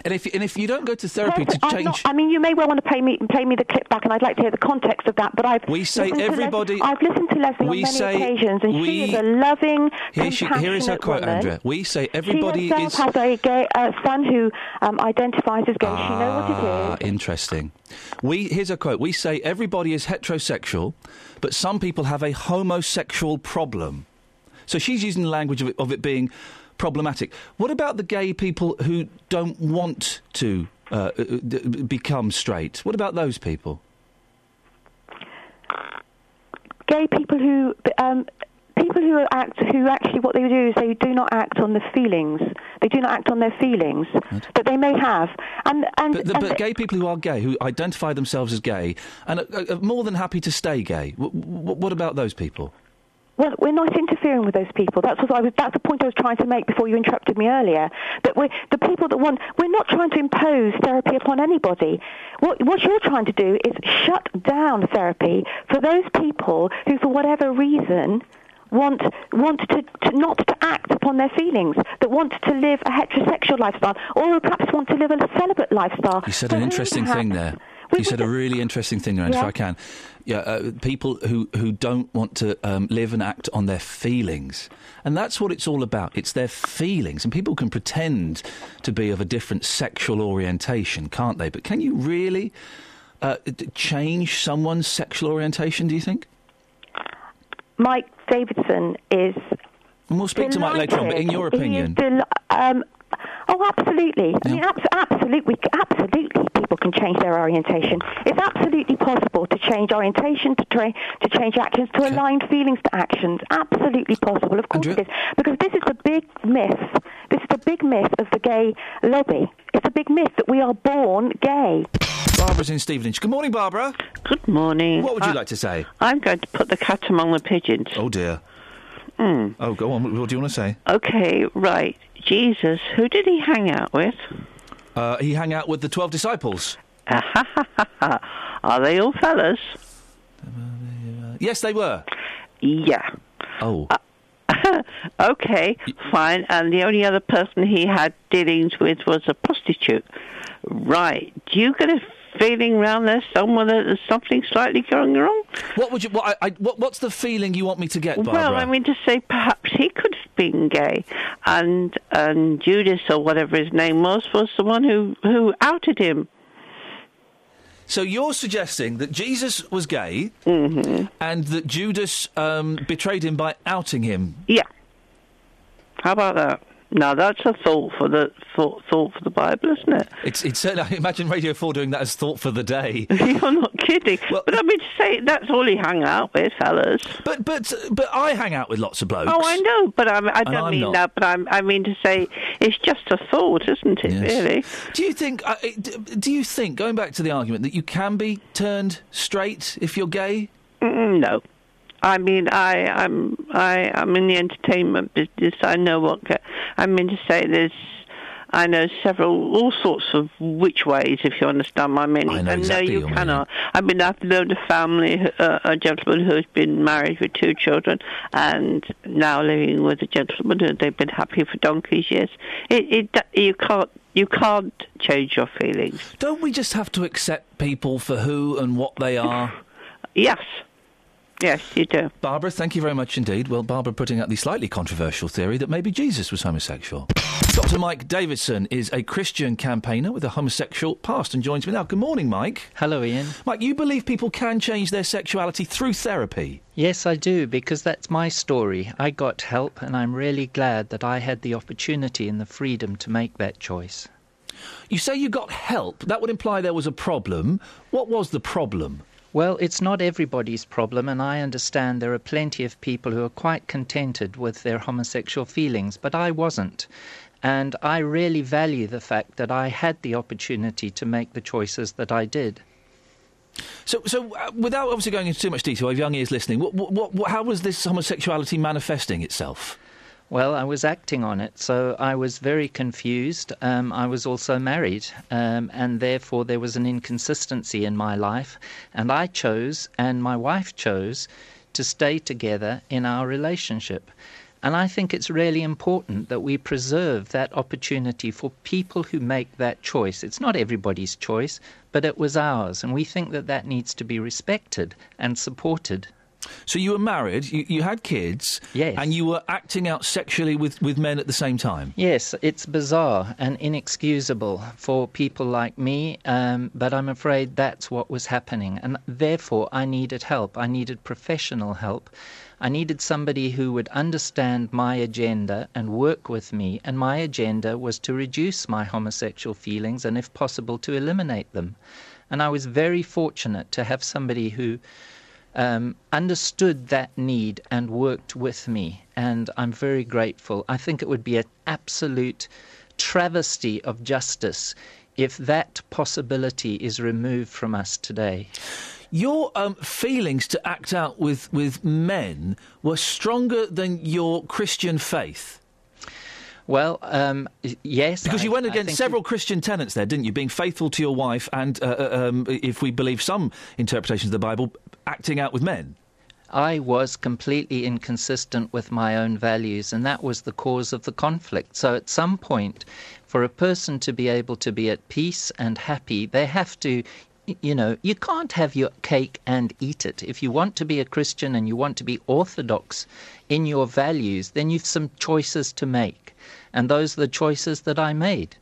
And if, and if you don't go to therapy Yes, to I'm change. not- I mean, you may well want to play me play me the clip back, and I'd like to hear the context of that. But I've We say listened to Les- everybody- I've listened to Leslie on we many say occasions, and she we- is a loving, Here, she, here is her compassionate quote, woman. Andrea. We say she everybody herself is. has a gay uh, son who um, identifies as gay. she knows what it is. Ah, interesting. We here's a quote. We say everybody is heterosexual, but some people have a homosexual problem. So she's using the language of it, of it being problematic. What about the gay people who don't want to uh, uh, d- become straight? What about those people? gay people who um, people who act who actually what they do is they do not act on the feelings. They do not act on their feelings that they may have. And and, But, the, and (laughs) but gay people who are gay, who identify themselves as gay, and are, are- are more than happy to stay gay. W- w- what about those people? Well, we're not interfering with those people. That's what I was. That's the point I was trying to make before you interrupted me earlier. That we're the people that want. We're not trying to impose therapy upon anybody. What what you're trying to do is shut down therapy for those people who, for whatever reason, want want to, to not to act upon their feelings. That want to live a heterosexual lifestyle, or perhaps want to live a celibate lifestyle. You said an interesting thing there. You said a really interesting thing there, and if Yeah. I can, yeah, uh, people who, who don't want to um, live and act on their feelings, and that's what it's all about. It's their feelings, and people can pretend to be of a different sexual orientation, can't they? But can you really uh, d- change someone's sexual orientation? Do you think? Mike Davidson is. And we'll speak to Mike later on, but in your He is opinion- del- um, oh, absolutely. I mean, abs- absolutely, absolutely, people can change their orientation. It's absolutely possible to change orientation, to, tra- to change actions, to align feelings to actions. Absolutely possible. Of course it is. Because this is the big myth. This is the big myth of the gay lobby. It's the big myth that we are born gay. Barbara's in Stevenage. Good morning, Barbara. Good morning. What would you I- like to say? I'm going to put the cat among the pigeons. Oh dear. Mm. Oh, go on. What- What do you want to say? Okay, right. Jesus, who did he hang out with? Uh, he hang out with the twelve disciples. (laughs) Are they all fellas? Yes, they were. Yeah. Uh, Oh. (laughs) okay, fine. And the only other person he had dealings with was a prostitute. Right. Do you get a feeling round there somewhere that there's something slightly going wrong? What would you? What, I, I, what, what's the feeling you want me to get, Barbara? Well, I mean to say, perhaps he could have been gay, and and Judas or whatever his name was was the one who who outed him. So you're suggesting that Jesus was gay, Mm. Mm-hmm. and that Judas um, betrayed him by outing him. Yeah. How about that? Now that's a thought for the thought, thought for the Bible, isn't it? It's, it's certainly, (laughs) I imagine Radio 4 doing that as thought for the day. (laughs) You're not kidding. but I mean to say that's all he hung out with, fellas. But but but I hang out with lots of blokes. Oh, I know, but I'm, I And don't I'm mean not. that. But I'm, I mean to say it's just a thought, isn't it? Yes. Really? Do you think? I- I- d- Do you think? Going back to the argument that you can be turned straight if you're gay. Mm, No, I mean I, I'm I, I'm in the entertainment business. I know what go- I mean to say. There's I know several all sorts of which ways, if you understand my meaning. I know exactly no, you your meaning. cannot. I mean, I've known a family, uh, a gentleman who's been married with two children, and now living with a gentleman who they've been happy for donkey's years. It, it you can't you can't change your feelings. Don't we just have to accept people for who and what they are? yes. Yes, you do. Barbara, thank you very much indeed. Well, Barbara putting out the slightly controversial theory that maybe Jesus was homosexual. Dr. Mike Davidson is a Christian campaigner with a homosexual past and joins me now. Good morning, Mike. Hello, Ian. Mike, you believe people can change their sexuality through therapy? Yes, I do, because that's my story. I got help, and I'm really glad that I had the opportunity and the freedom to make that choice. You say you got help. That would imply there was a problem. What was the problem? Well, it's not everybody's problem, and I understand there are plenty of people who are quite contented with their homosexual feelings, but I wasn't. And I really value the fact that I had the opportunity to make the choices that I did. So, so uh, without obviously going into too much detail, I have young ears listening. What, what, what, what- how was this homosexuality manifesting itself? Well, I was acting on it, so I was very confused. Um, I was also married, um, and therefore there was an inconsistency in my life. And I chose, and my wife chose, to stay together in our relationship. And I think it's really important that we preserve that opportunity for people who make that choice. It's not everybody's choice, but it was ours, and we think that that needs to be respected and supported. So you were married, you, you had kids, yes. and you were acting out sexually with, with men at the same time. Yes, it's bizarre and inexcusable for people like me, um, but I'm afraid that's what was happening. And therefore, I needed help. I needed professional help. I needed somebody who would understand my agenda and work with me. And my agenda was to reduce my homosexual feelings and, if possible, to eliminate them. And I was very fortunate to have somebody who um, understood that need and worked with me. And I'm very grateful. I think it would be an absolute travesty of justice if that possibility is removed from us today. Your um, feelings to act out with, with men were stronger than your Christian faith. Well, um, yes. Because I- you went I against think- several Christian tenets there, didn't you? Being faithful to your wife and, uh, uh, um, if we believe some interpretations of the Bible, acting out with men. I was completely inconsistent with my own values, and that was the cause of the conflict. So, at some point, for a person to be able to be at peace and happy, they have to. y- You know, you can't have your cake and eat it. If you want to be a Christian and you want to be orthodox in your values, then you've some choices to make. And those are the choices that I made.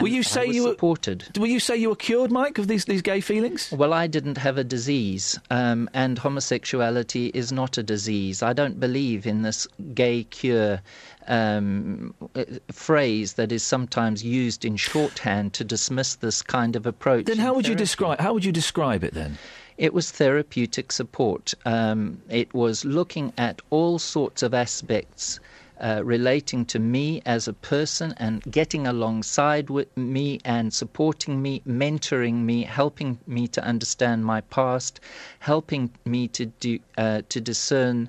Will you say you were supported? Will you say you were cured, Mike, of these, these gay feelings? Well, I didn't have a disease, um, and homosexuality is not a disease. I don't believe in this gay cure um, uh, phrase that is sometimes used in shorthand to dismiss this kind of approach. Then in how would you therapy. describe how would you describe it then? It was therapeutic support. Um, it was looking at all sorts of aspects uh, relating to me as a person and getting alongside with me and supporting me, mentoring me, helping me to understand my past, helping me to do uh, to discern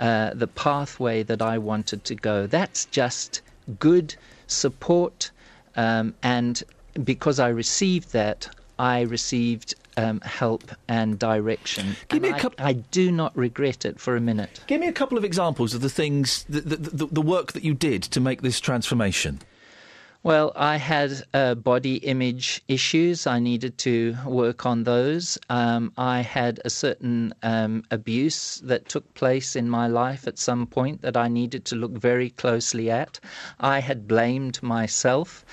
uh, the pathway that I wanted to go. That's just good support. Um, and because I received that, I received um, help and direction. Give me a couple. I, do not regret it for a minute. Give me a couple of examples of the things, the, the, the, the work that you did to make this transformation. Well, I had uh, body image issues. I needed to work on those. Um, I had a certain um, abuse that took place in my life at some point that I needed to look very closely at. I had blamed myself.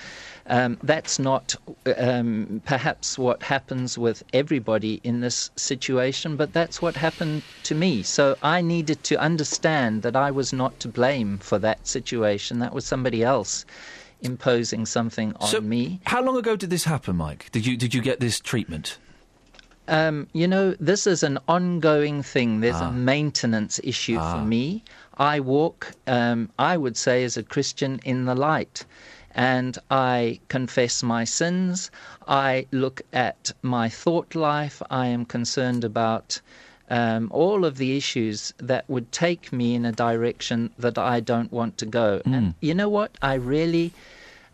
Um, that's not um, perhaps what happens with everybody in this situation, but that's what happened to me. So I needed to understand that I was not to blame for that situation. That was somebody else imposing something on So- me. How long ago did this happen, Mike? Did you did you get this treatment? Um, you know, this is an ongoing thing. There's Ah. a maintenance issue for me. I walk, um, I would say, as a Christian, in the light. And I confess my sins. I look at my thought life. I am concerned about um, all of the issues that would take me in a direction that I don't want to go. Hmm. And you know what? I really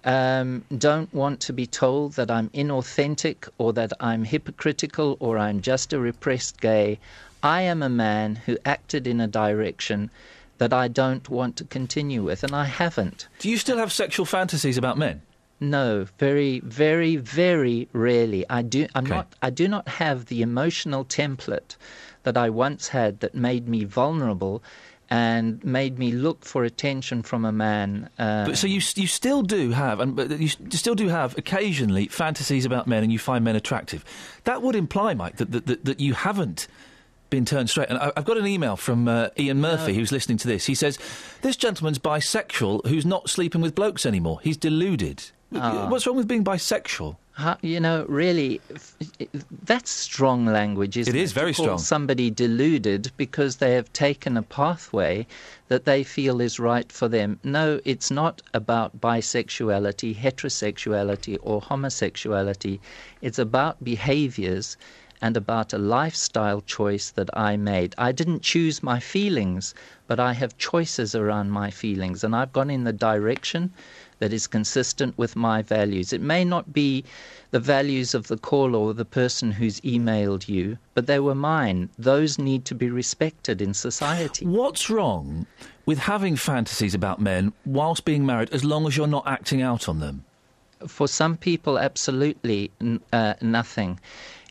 um, don't want to be told that I'm inauthentic or that I'm hypocritical or I'm just a repressed gay. I am a man who acted in a direction that I don't want to continue with, and I haven't. Do you still have sexual fantasies about men? No, very, very, very rarely. I do. I'm not. I do not have the emotional template that I once had that made me vulnerable and made me look for attention from a man. Uh, But so you s- you still do have, and but you s- you still do have occasionally fantasies about men, and you find men attractive. That would imply, Mike, that that, that, that you haven't been turned straight. And I, I've got an email from uh, Ian Murphy, No. who's listening to this. He says, "This gentleman's bisexual, who's not sleeping with blokes anymore. He's deluded. Ah. What's wrong with being bisexual?" How, you know, really, f- that's strong language, isn't it? is very to call strong. Somebody deluded because they have taken a pathway that they feel is right for them. No, it's not about bisexuality, heterosexuality, or homosexuality. It's about behaviors and about a lifestyle choice that I made. I didn't choose my feelings, but I have choices around my feelings, and I've gone in the direction that is consistent with my values. It may not be the values of the caller or the person who's emailed you, but they were mine. Those need to be respected in society. What's wrong with having fantasies about men whilst being married, as long as you're not acting out on them? for some people, absolutely n- uh, nothing.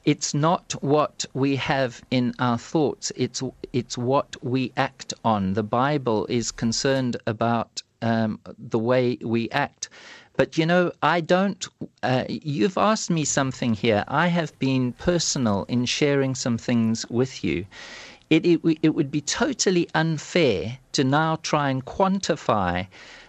It's not what we have in our thoughts. It's it's what we act on. The Bible is concerned about um, the way we act. But you know, I don't. Uh, you've asked me something here. I have been personal in sharing some things with you. It it, w- it would be totally unfair to now try and quantify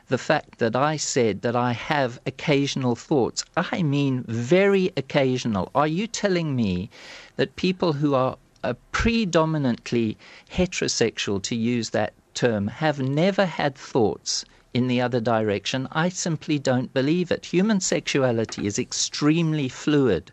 the fact that I said that I have occasional thoughts. I mean, very occasional. Are you telling me that people who are uh, predominantly heterosexual, to use that term, have never had thoughts? In the other direction, I simply don't believe it. Human sexuality is extremely fluid.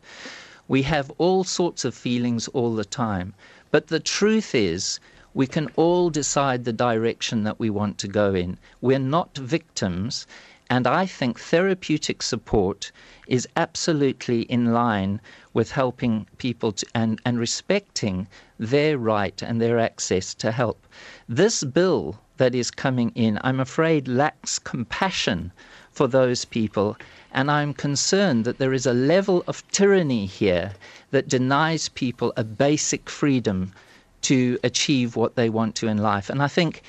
We have all sorts of feelings all the time. But the truth is, we can all decide the direction that we want to go in. We're not victims. And I think therapeutic support is absolutely in line with helping people to, and, and respecting their right and their access to help. This bill that is coming in, I'm afraid, lacks compassion for those people. And I'm concerned that there is a level of tyranny here that denies people a basic freedom to achieve what they want to in life. And I think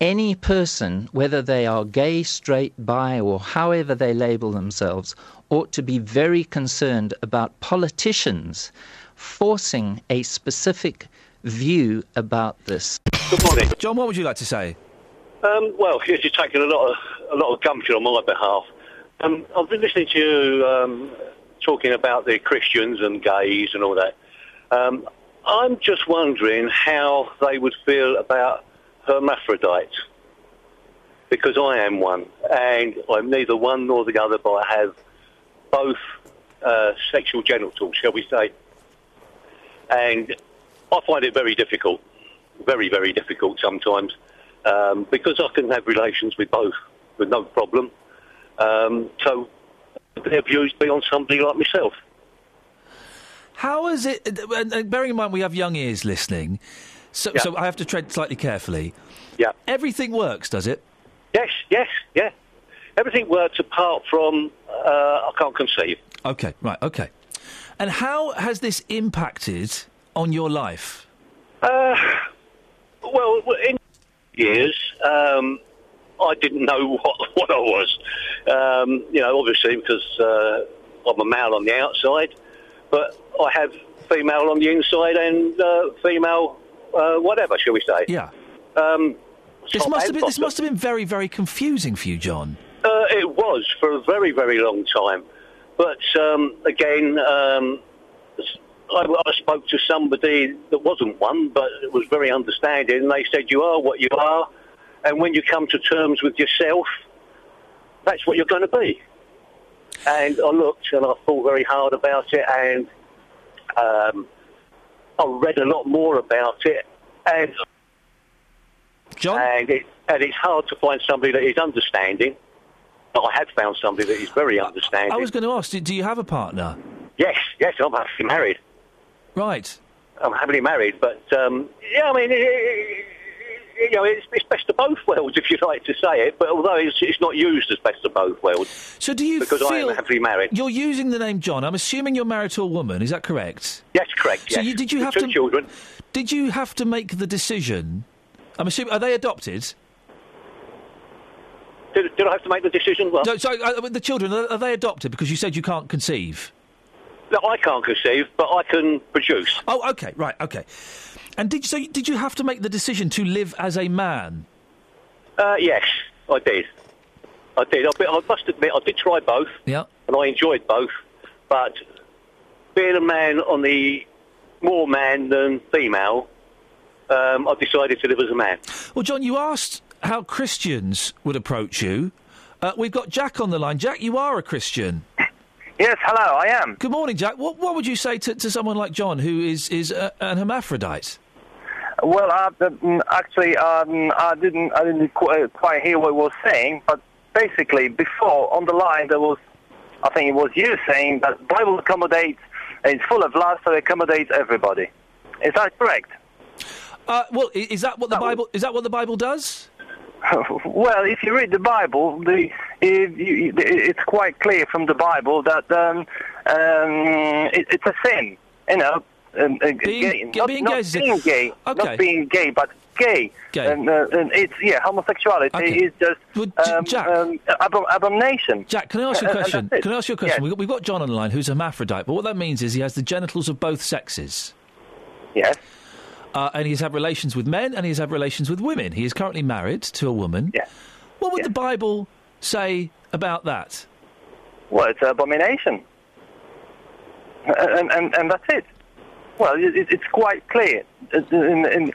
any person, whether they are gay, straight, bi, or however they label themselves, ought to be very concerned about politicians forcing a specific view about this. Good morning. John, what would you like to say? Um, well, (laughs) you're just taking a lot of a lot of gumption on my behalf. Um, I've been listening to you um, talking about the Christians and gays and all that. Um, I'm just wondering how they would feel about hermaphrodites, because I am one, and I'm neither one nor the other, but I have both uh, sexual genitals, shall we say? And I find it very difficult, very very difficult sometimes um, because I can have relations with both with no problem. Um, so their views be on somebody like myself. How is it? uh, And, and bearing in mind we have young ears listening, so, so I have to tread slightly carefully. Yeah. Everything works, does it? Yes, yes, yeah. Everything works apart from uh, I can't conceive. Okay, right, okay. And how has this impacted on your life? Uh, (laughs) well, in years, um, I didn't know what, what I was. Um, you know, obviously because uh, I'm a male on the outside, but I have female on the inside and uh, female uh, whatever, shall we say? Yeah. Um, This top must have and been this bottom. must have been very very confusing for you, John. Uh, it was for a very, very long time. But um, again, um, I, I spoke to somebody that wasn't one, but it was very understanding. And they said, you are what you are. And when you come to terms with yourself, that's what you're going to be. And I looked and I thought very hard about it. And um, I read a lot more about it. And, and, it, and it's hard to find somebody that is understanding. But I have found somebody that is very understanding. I was going to ask, do, do you have a partner? Yes, yes, I'm happily married. Right. I'm happily married, but um, yeah, I mean, it, it, you know, it's, it's best of both worlds, if you like to say it. But although it's, it's not used as best of both worlds. So do you because I feel- am happily married? You're using the name John. I'm assuming you're married to a woman. Is that correct? Yes, correct. So yes. you, did you With have two to children? Did you have to make the decision? I'm assuming are they adopted? Did, did I have to make the decision? Well, No, so uh, the children are, are they adopted? Because you said you can't conceive. no, I can't conceive, but I can produce. Oh, okay, right, okay. And did so? Did you have to make the decision to live as a man? Uh, yes, I did. I did. I, I must admit, I did try both. Yeah. and I enjoyed both. But being a man on the more man than female, um, I decided to live as a man. Well, John, you asked how Christians would approach you. Uh, we've got Jack on the line. Jack, you are a Christian. (laughs) Yes, hello, I am. Good morning, Jack. What, what would you say to, to someone like John, who is is uh, an hermaphrodite? Well, uh, the- mm, actually, um, I didn't, I didn't qu- uh, quite hear what you were saying, but basically, before on the line there was, I think it was you saying that Bible accommodates, it's full of love, so it accommodates everybody. Is that correct? Uh, well, i- is that what the Bible is that what the Bible does? (laughs) well, if you read the Bible, the, if you, it's quite clear from the Bible that um, um, it, it's a sin. You know, um, uh, gay, not, being not gay is a- being gay, Okay. not being gay, but gay. Gay. And, uh, and it's yeah, homosexuality is just um, um, ab- abomination. Jack, Can I Uh, ask you a question? Can I ask you a question? Yes. We've, got, we've got John on the line, who's a hermaphrodite, but what that means is he has the genitals of both sexes. Yes. Uh, and he's had relations with men, and he's had relations with women. He is currently married to a woman. Yeah. What would the Bible say about that? Well, it's an abomination. And, and, and that's it. Well, it, it- it's quite clear. It- in- in-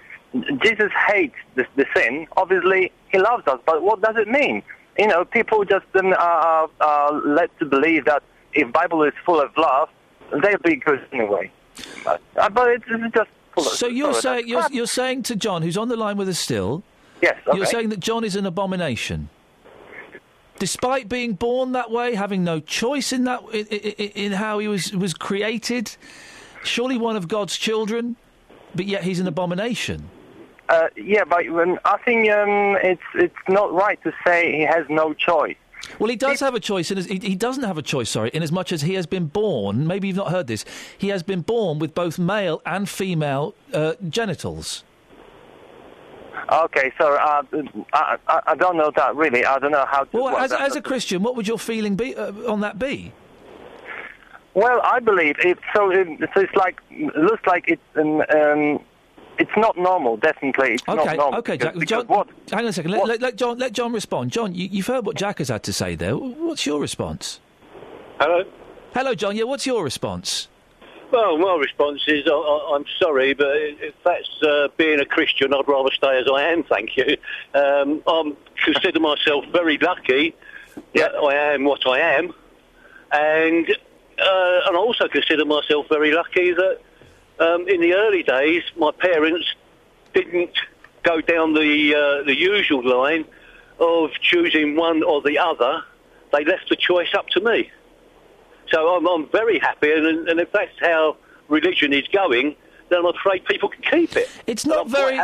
Jesus hates the, the sin. Obviously, he loves us, but what does it mean? You know, people just um, are, are led to believe that if Bible is full of love, they'll be good anyway. But, uh, but it's, it's just full of So you're full of saying you're, crap. you're saying to John, who's on the line with us still, yes, you're okay. saying that John is an abomination, despite being born that way, having no choice in that in, in, in how he was was created, surely one of God's children, but yet he's an abomination. Uh, yeah, but um, I think um, it's it's not right to say he has no choice. Well, he does have a choice, in as, he, he doesn't have a choice. Sorry, in as much as he has been born, maybe you've not heard this, he has been born with both male and female uh, genitals. Okay, so uh, I, I, I don't know that really. I don't know how to. Well, as, that- as a Christian, what would your feeling be uh, on that be? well, I believe it. So, it, so it's like looks like it's um, um, it's not normal. Definitely, it's Okay, not normal. okay, because- Jack. because John, what? hang on a second. Let, let, let John let John respond. John, you, you've heard what Jack has had to say there. What's your response? Hello. Hello, John. Yeah, what's your response? Well, my response is I, I, I'm sorry, but if that's uh, being a Christian, I'd rather stay as I am, thank you. Um, I consider myself very lucky that I am what I am. And, uh, and I also consider myself very lucky that um, in the early days, my parents didn't go down the, uh, the usual line of choosing one or the other. They left the choice up to me. So I'm, I'm very happy, and, and if that's how religion is going, then I'm afraid people can keep it. It's not very,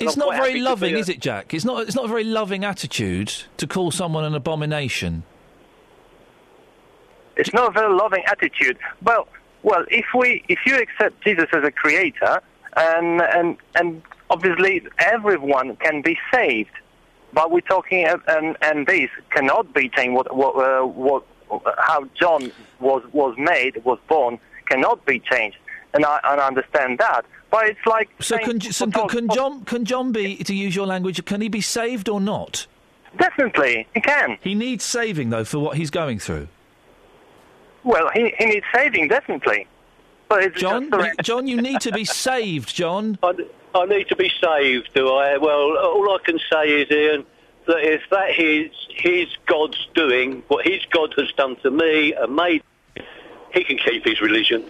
It's not very loving, is it? it, Jack? It's not. It's not a very loving attitude to call someone an abomination. It's not a very loving attitude. Well, well, if we if you accept Jesus as a creator, and and and obviously everyone can be saved. but we're talking, uh, and and this cannot be changed. What what uh, what how John was was made was born cannot be changed, and I and I understand that. But it's like So saying- can, J- so can, can John can John be to use your language? Can he be saved or not? Definitely, he can. He needs saving though for what he's going through. Well, he he needs saving definitely. But it's John, just the- you- John, you need to be saved, John. I, I need to be saved, do I? Well, all I can say is, Ian, that if that is his God's doing, what his God has done to me and made, he can keep his religion.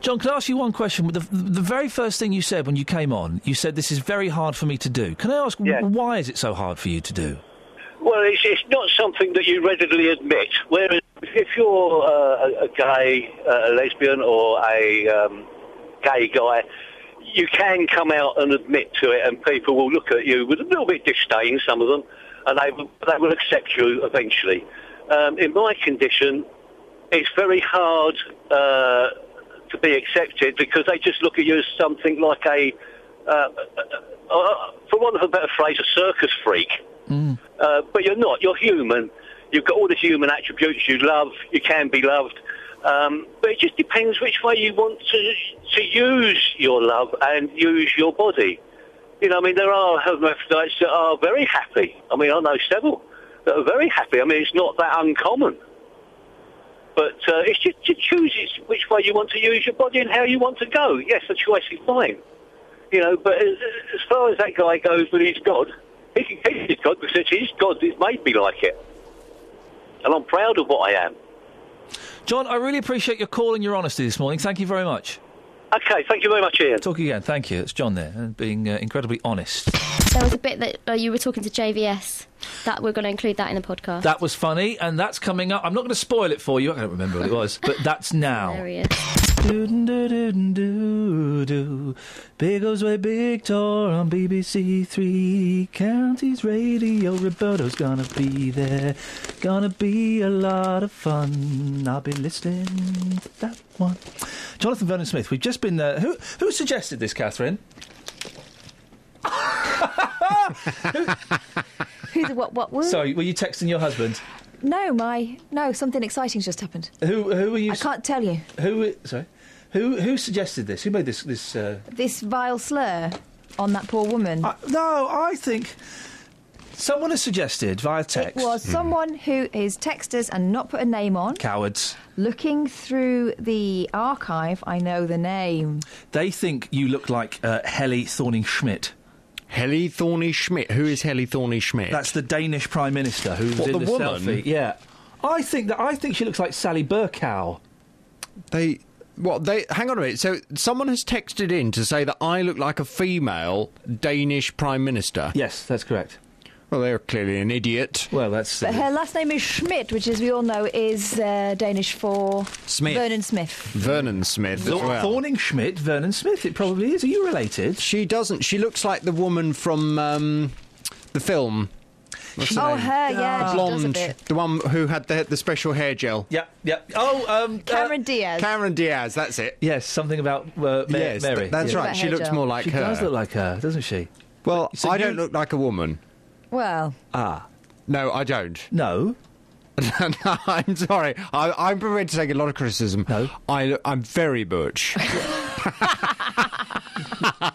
John, can I ask you one question? The, the very first thing you said when you came on, you said this is very hard for me to do. Can I ask why is it so hard for you to do? Well, it's, it's not something that you readily admit. Whereas if you're uh, a, a gay, uh, a lesbian, or a um, gay guy, you can come out and admit to it, and people will look at you with a little bit of disdain, some of them, and they, will- they will accept you eventually. Um, in my condition, it's very hard uh, to be accepted because they just look at you as something like a, uh, uh, uh, uh, for want of a better phrase, a circus freak. Mm. Uh, but you're not. You're human. You've got all the human attributes you love. You can be loved. Um, but it just depends which way you want to, to use your love and use your body. You know, I mean, there are hermaphrodites that are very happy. I mean, I know several that are very happy. I mean, it's not that uncommon. But uh, it's just to choose it's which way you want to use your body and how you want to go. Yes, the choice is mine. You know, but as, as far as that guy goes with his God, he can keep his God because it's his God that's made me like it. And I'm proud of what I am. John, I really appreciate your call and your honesty this morning. Thank you very much. Okay, thank you very much, Ian. Talk again. Thank you. It's John there, uh, being uh, incredibly honest. There was a bit that uh, you were talking to JVS that we're going to include that in the podcast. That was funny, and that's coming up. I'm not going to spoil it for you. I don't remember what it was, but that's now. Hilarious. Doo-doo-doo-doo-doo. Big O's Way Big Tour on BBC Three Counties Radio. Roberto's gonna be there. Gonna be a lot of fun. I'll be listening to that one. Jonathan Vernon Smith, we've just been. Uh, who, who suggested this, Catherine? Who the what? What? Who? Sorry, were you texting your husband? No, my no. Something exciting's just happened. Who who were you? I can't tell you. Who sorry? Who who suggested this? Who made this this? Uh... This vile slur on that poor woman. no, I think Someone has suggested via it text. Hmm. was someone who is text us and not put a name on. Cowards. Looking through the archive, I know the name. They think you look like uh, Heli Thorning Schmidt. Heli Thorny Schmidt. Who is Heli Thorny Schmidt? That's the Danish Prime Minister who's What, in the the, woman? selfie. Yeah, I think that I think she looks like Sally Burkow. They. What they hang on a minute. So someone has texted in to say that I look like a female Danish prime minister. Yes, that's correct. Well, they're clearly an idiot. Well, that's But her last name is Schmidt, which, as we all know, is uh, Danish for Smith. Vernon Smith. Vernon Smith. as Thor- well. Thorning Schmidt, Vernon Smith. It probably is. Are you related? She doesn't. She looks like the woman from um, the film. What's She- her Oh, name? her, yeah, she does a blonde, bit. the one who had the, the special hair gel. Yeah, yeah. Oh, um, Cameron Diaz. Cameron Diaz. That's it. Yes, something about uh, Ma- yes, th- Mary. that's Yeah. right. She looks more like She her. does look like her, doesn't she? Well, I don't look like a woman. Well, Ah. No, I don't. No. (laughs) no, I'm sorry. I, I'm prepared to take a lot of criticism. No. I, look- I'm very (laughs) butch. (laughs)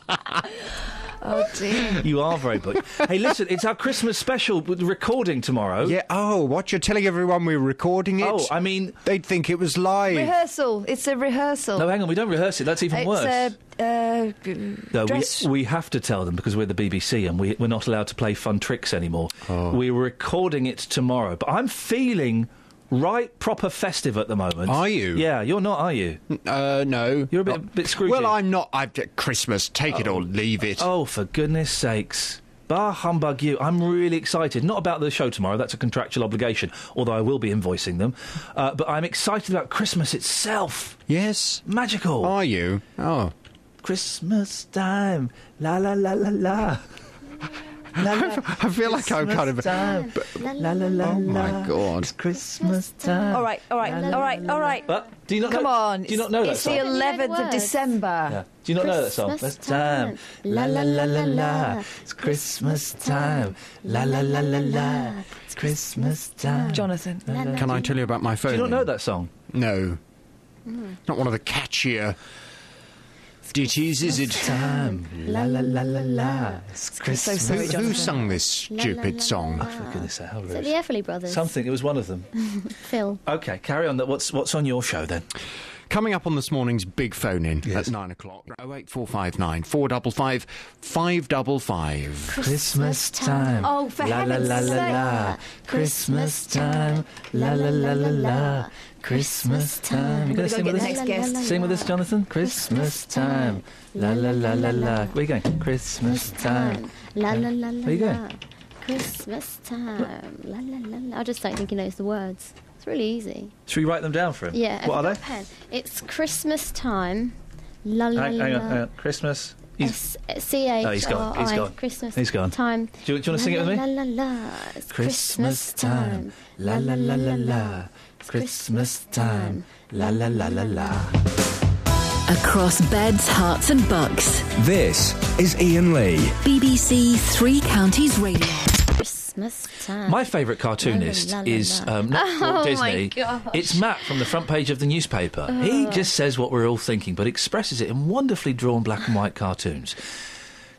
Oh dear. You are very butch. hey, listen, it's our Christmas special with recording tomorrow. yeah. Oh, what? You're telling everyone we're recording it? Oh, I mean. They'd think it was live. Rehearsal. It's a rehearsal. No, hang on, we don't rehearse it. That's even it's worse. a uh, g- No, we, dress. we have to tell them because we're the BBC and we, we're not allowed to play fun tricks anymore. Oh. We're recording it tomorrow, but I'm feeling right proper festive at the moment. Are you? Yeah, you're not, are you? Uh, no. You're a bit, bit screwed. Well, I'm not. I've uh, Christmas. Take it or leave it. Oh, for goodness sakes. Bah humbug you. I'm really excited. Not about the show tomorrow, that's a contractual obligation, although I will be invoicing them. Uh, but I'm excited about Christmas itself. Yes. Magical. Are you? Oh. Christmas time. La la la la la. (laughs) I feel like I'm kind of. but- La, la, la, la. oh my god! It's Christmas time. All right, all right, all right, all right. Uh, do you not Come know, on. Do you not know that It's the song? 11th of December. Yeah. Do you not know that song? Christmas That's time. La la la la la. It's Christmas time. La la la la la. It's Christmas time. Jonathan. Can I tell you about my phone? Do you not know that song? No, not one of the catchier ditties, is it? Time. La la la la la. It's Christmas sorry, Who- who Jonathan. sung this stupid song? Oh, for goodness sake, how Is it rude. the Everly Brothers? Something. It was one of them. (laughs) Phil. Okay, carry on. What's what's on your show then? Coming up on this morning's big phone in at nine o'clock. Oh, 08459 455 555. Christmas time. Oh, for La, la, heaven's la, la, sake. la. Christmas time. La la la la la. Christmas time. We're gonna gonna go get the next guest. Sing with us, Jonathan. Christmas time. La la la la la. Where are you going? Christmas time. La la la la Where you la. going? Christmas time. La la la la. I just don't think he knows the words. It's really easy. Should we write them down for him? Yeah. have What you are got a Pen. It's Christmas time. La they? la Hang, la. hang on, hang on. Christmas. He's, C H Oh, he's gone. He's R I, gone. Christmas He's gone. time. Do you- do you wanna sing it with me? La la la. la. It's Christmas time. La la la la la. Christmas time. La la la la la. Across beds, hearts, and bucks. This is Ian Lee. BBC Three Counties Radio. Christmas time. My favourite cartoonist Mm. La, la, la, la, is la. um, (laughs) not Walt Oh, my Disney. gosh. It's Matt from the front page of the newspaper. He Ugh. just says what we're all thinking, but expresses it in wonderfully drawn black and white cartoons.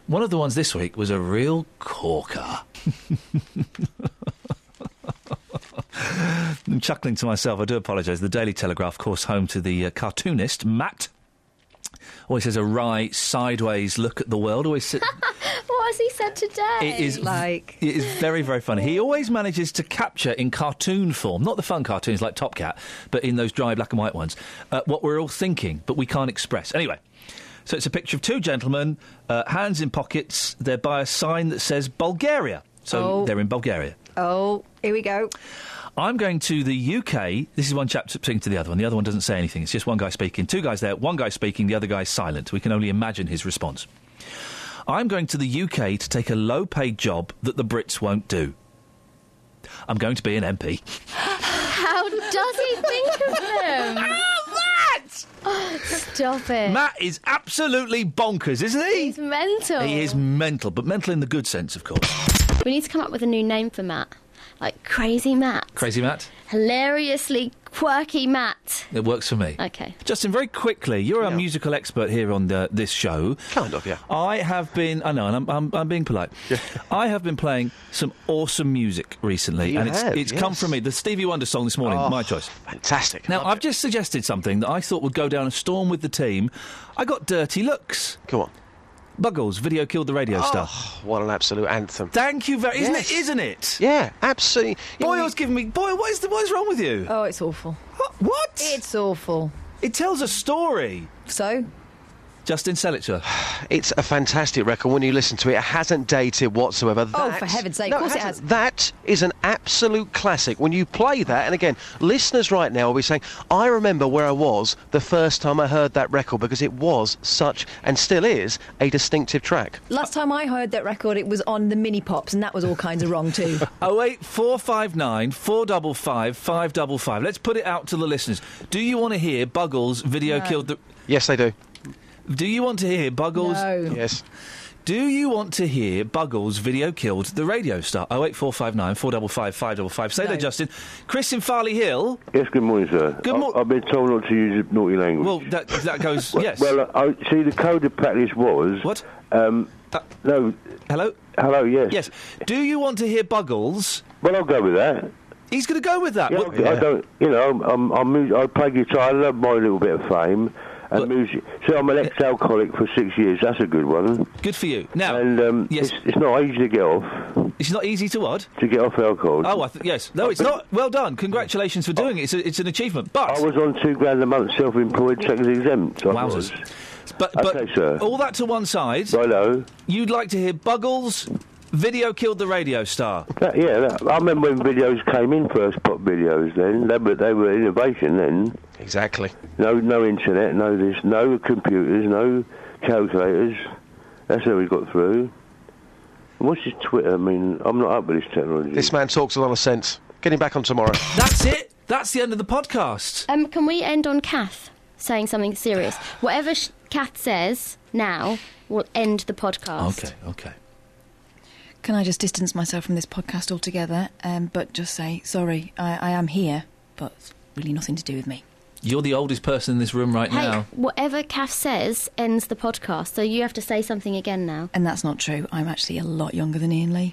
One of the ones this week was a real (laughs) corker. I'm chuckling to myself. I do apologise. The Daily Telegraph, of course, home to the uh, cartoonist Matt. Always has a wry, sideways look at the world. Always sit, (laughs) What has he said today? it is it is very very funny. He always manages to capture in cartoon form, not the fun cartoons like Top Cat, but in those dry black and white ones, uh, what we're all thinking but we can't express. Anyway, so it's a picture of two gentlemen, uh, hands in pockets. They're by a sign that says Bulgaria, so Oh. they're in Bulgaria. Oh, here we go. I'm going to the UK. This is one chap speaking to the other one. The other one doesn't say anything. It's just one guy speaking. Two guys there. One guy speaking. The other guy's silent. We can only imagine his response. I'm going to the UK to take a low paid job that the Brits won't do. I'm going to be an MP. How does he think of (laughs) them? Oh, (gasps) stop it. Matt is absolutely bonkers, isn't he? He's mental. He is mental, but mental in the good sense, of course. We need to come up with a new name for Matt. Like Crazy Matt. Crazy Matt? Hilariously quirky Matt. It works for me. Okay. Justin, very quickly, you're our musical expert here on the, this show. Kind of, yeah. I have been, I know, and I'm, I'm, I'm being polite. I have been playing some awesome music recently, You and it's, have, it's come yes. from me. The Stevie Wonder song this morning, Oh, my choice. Fantastic. Now, I've just suggested something that I thought would go down a storm with the team. I got dirty looks. Come on. Oh, Buggles, video killed the radio star. What an absolute anthem. Thank you very Isn't it? Yes. Isn't it? Yeah, absolutely. Boyle's giving me. Boyle, what is, the, what is wrong with you? Oh, it's awful. What? It's awful. It tells a story. So? Justin, sell it to her. (sighs) It's a fantastic record when you listen to it. It hasn't dated whatsoever. Oh, That- for heaven's sake. No, of course it has. hasn't. That is an absolute classic. When you play that, and again, listeners right now will be saying, I remember where I was the first time I heard that record because it was such, and still is, a distinctive track. Last time I heard that record, it was on the mini pops, and that was all kinds of wrong, (laughs) too. 08459 455 555. Let's put it out to the listeners. Do you want to hear Buggles video No. killed the. Yes, they do. Do you want to hear Buggles? No. Yes. Do you want to hear Buggles video killed the radio star? Oh, 08459 455 555. Say there, Justin. Chris in Farley Hill. Yes, good morning, sir. Good I- mor- I've been told not to use naughty language. Well, Oh, that, that (laughs) goes. Well- yes. Well, I, see, the code of practice was. What? Um, no. Hello? Hello, yes. Yes. Do you want to hear Buggles? Well, I'll go with that. He's going to go with that. Yeah, Well- I, I don't, you know, I'm, I'm, I'm, mu- I play guitar, I love my little bit of fame. And music. So I'm an ex-alcoholic for six years. That's a good one. Good for you. Now, and um, it's, it's not easy to get off. It's not easy to what? To get off alcohol. Oh, I th- yes. No, it's not. Well done. Congratulations Oh. for doing it. It's, a, it's an achievement. But I was on two grand a month, self-employed, tax exempt. I Wowzers. was. But, okay, sir. all that to one side. I know. You'd like to hear Buggles, Video Killed the Radio Star. That, yeah, that, I remember when videos came in first, pop videos. Then they were they were innovation then. Exactly. No, no internet, no this, no computers, no calculators. That's how we got through. And what's this Twitter? I mean, I'm not up with this technology. This man talks a lot of sense. Get him back on tomorrow. That's it. That's the end of the podcast. Um, can we end on Kath saying something serious? Whatever sh- Kath says now will end the podcast. Okay, okay. Can I just distance myself from this podcast altogether, um, but just say, sorry, I, I am here, but it's really nothing to do with me. You're the oldest person in this room right Hey, now. whatever Kath says ends the podcast, so you have to say something again now. And that's not true. I'm actually a lot younger than Ian Lee.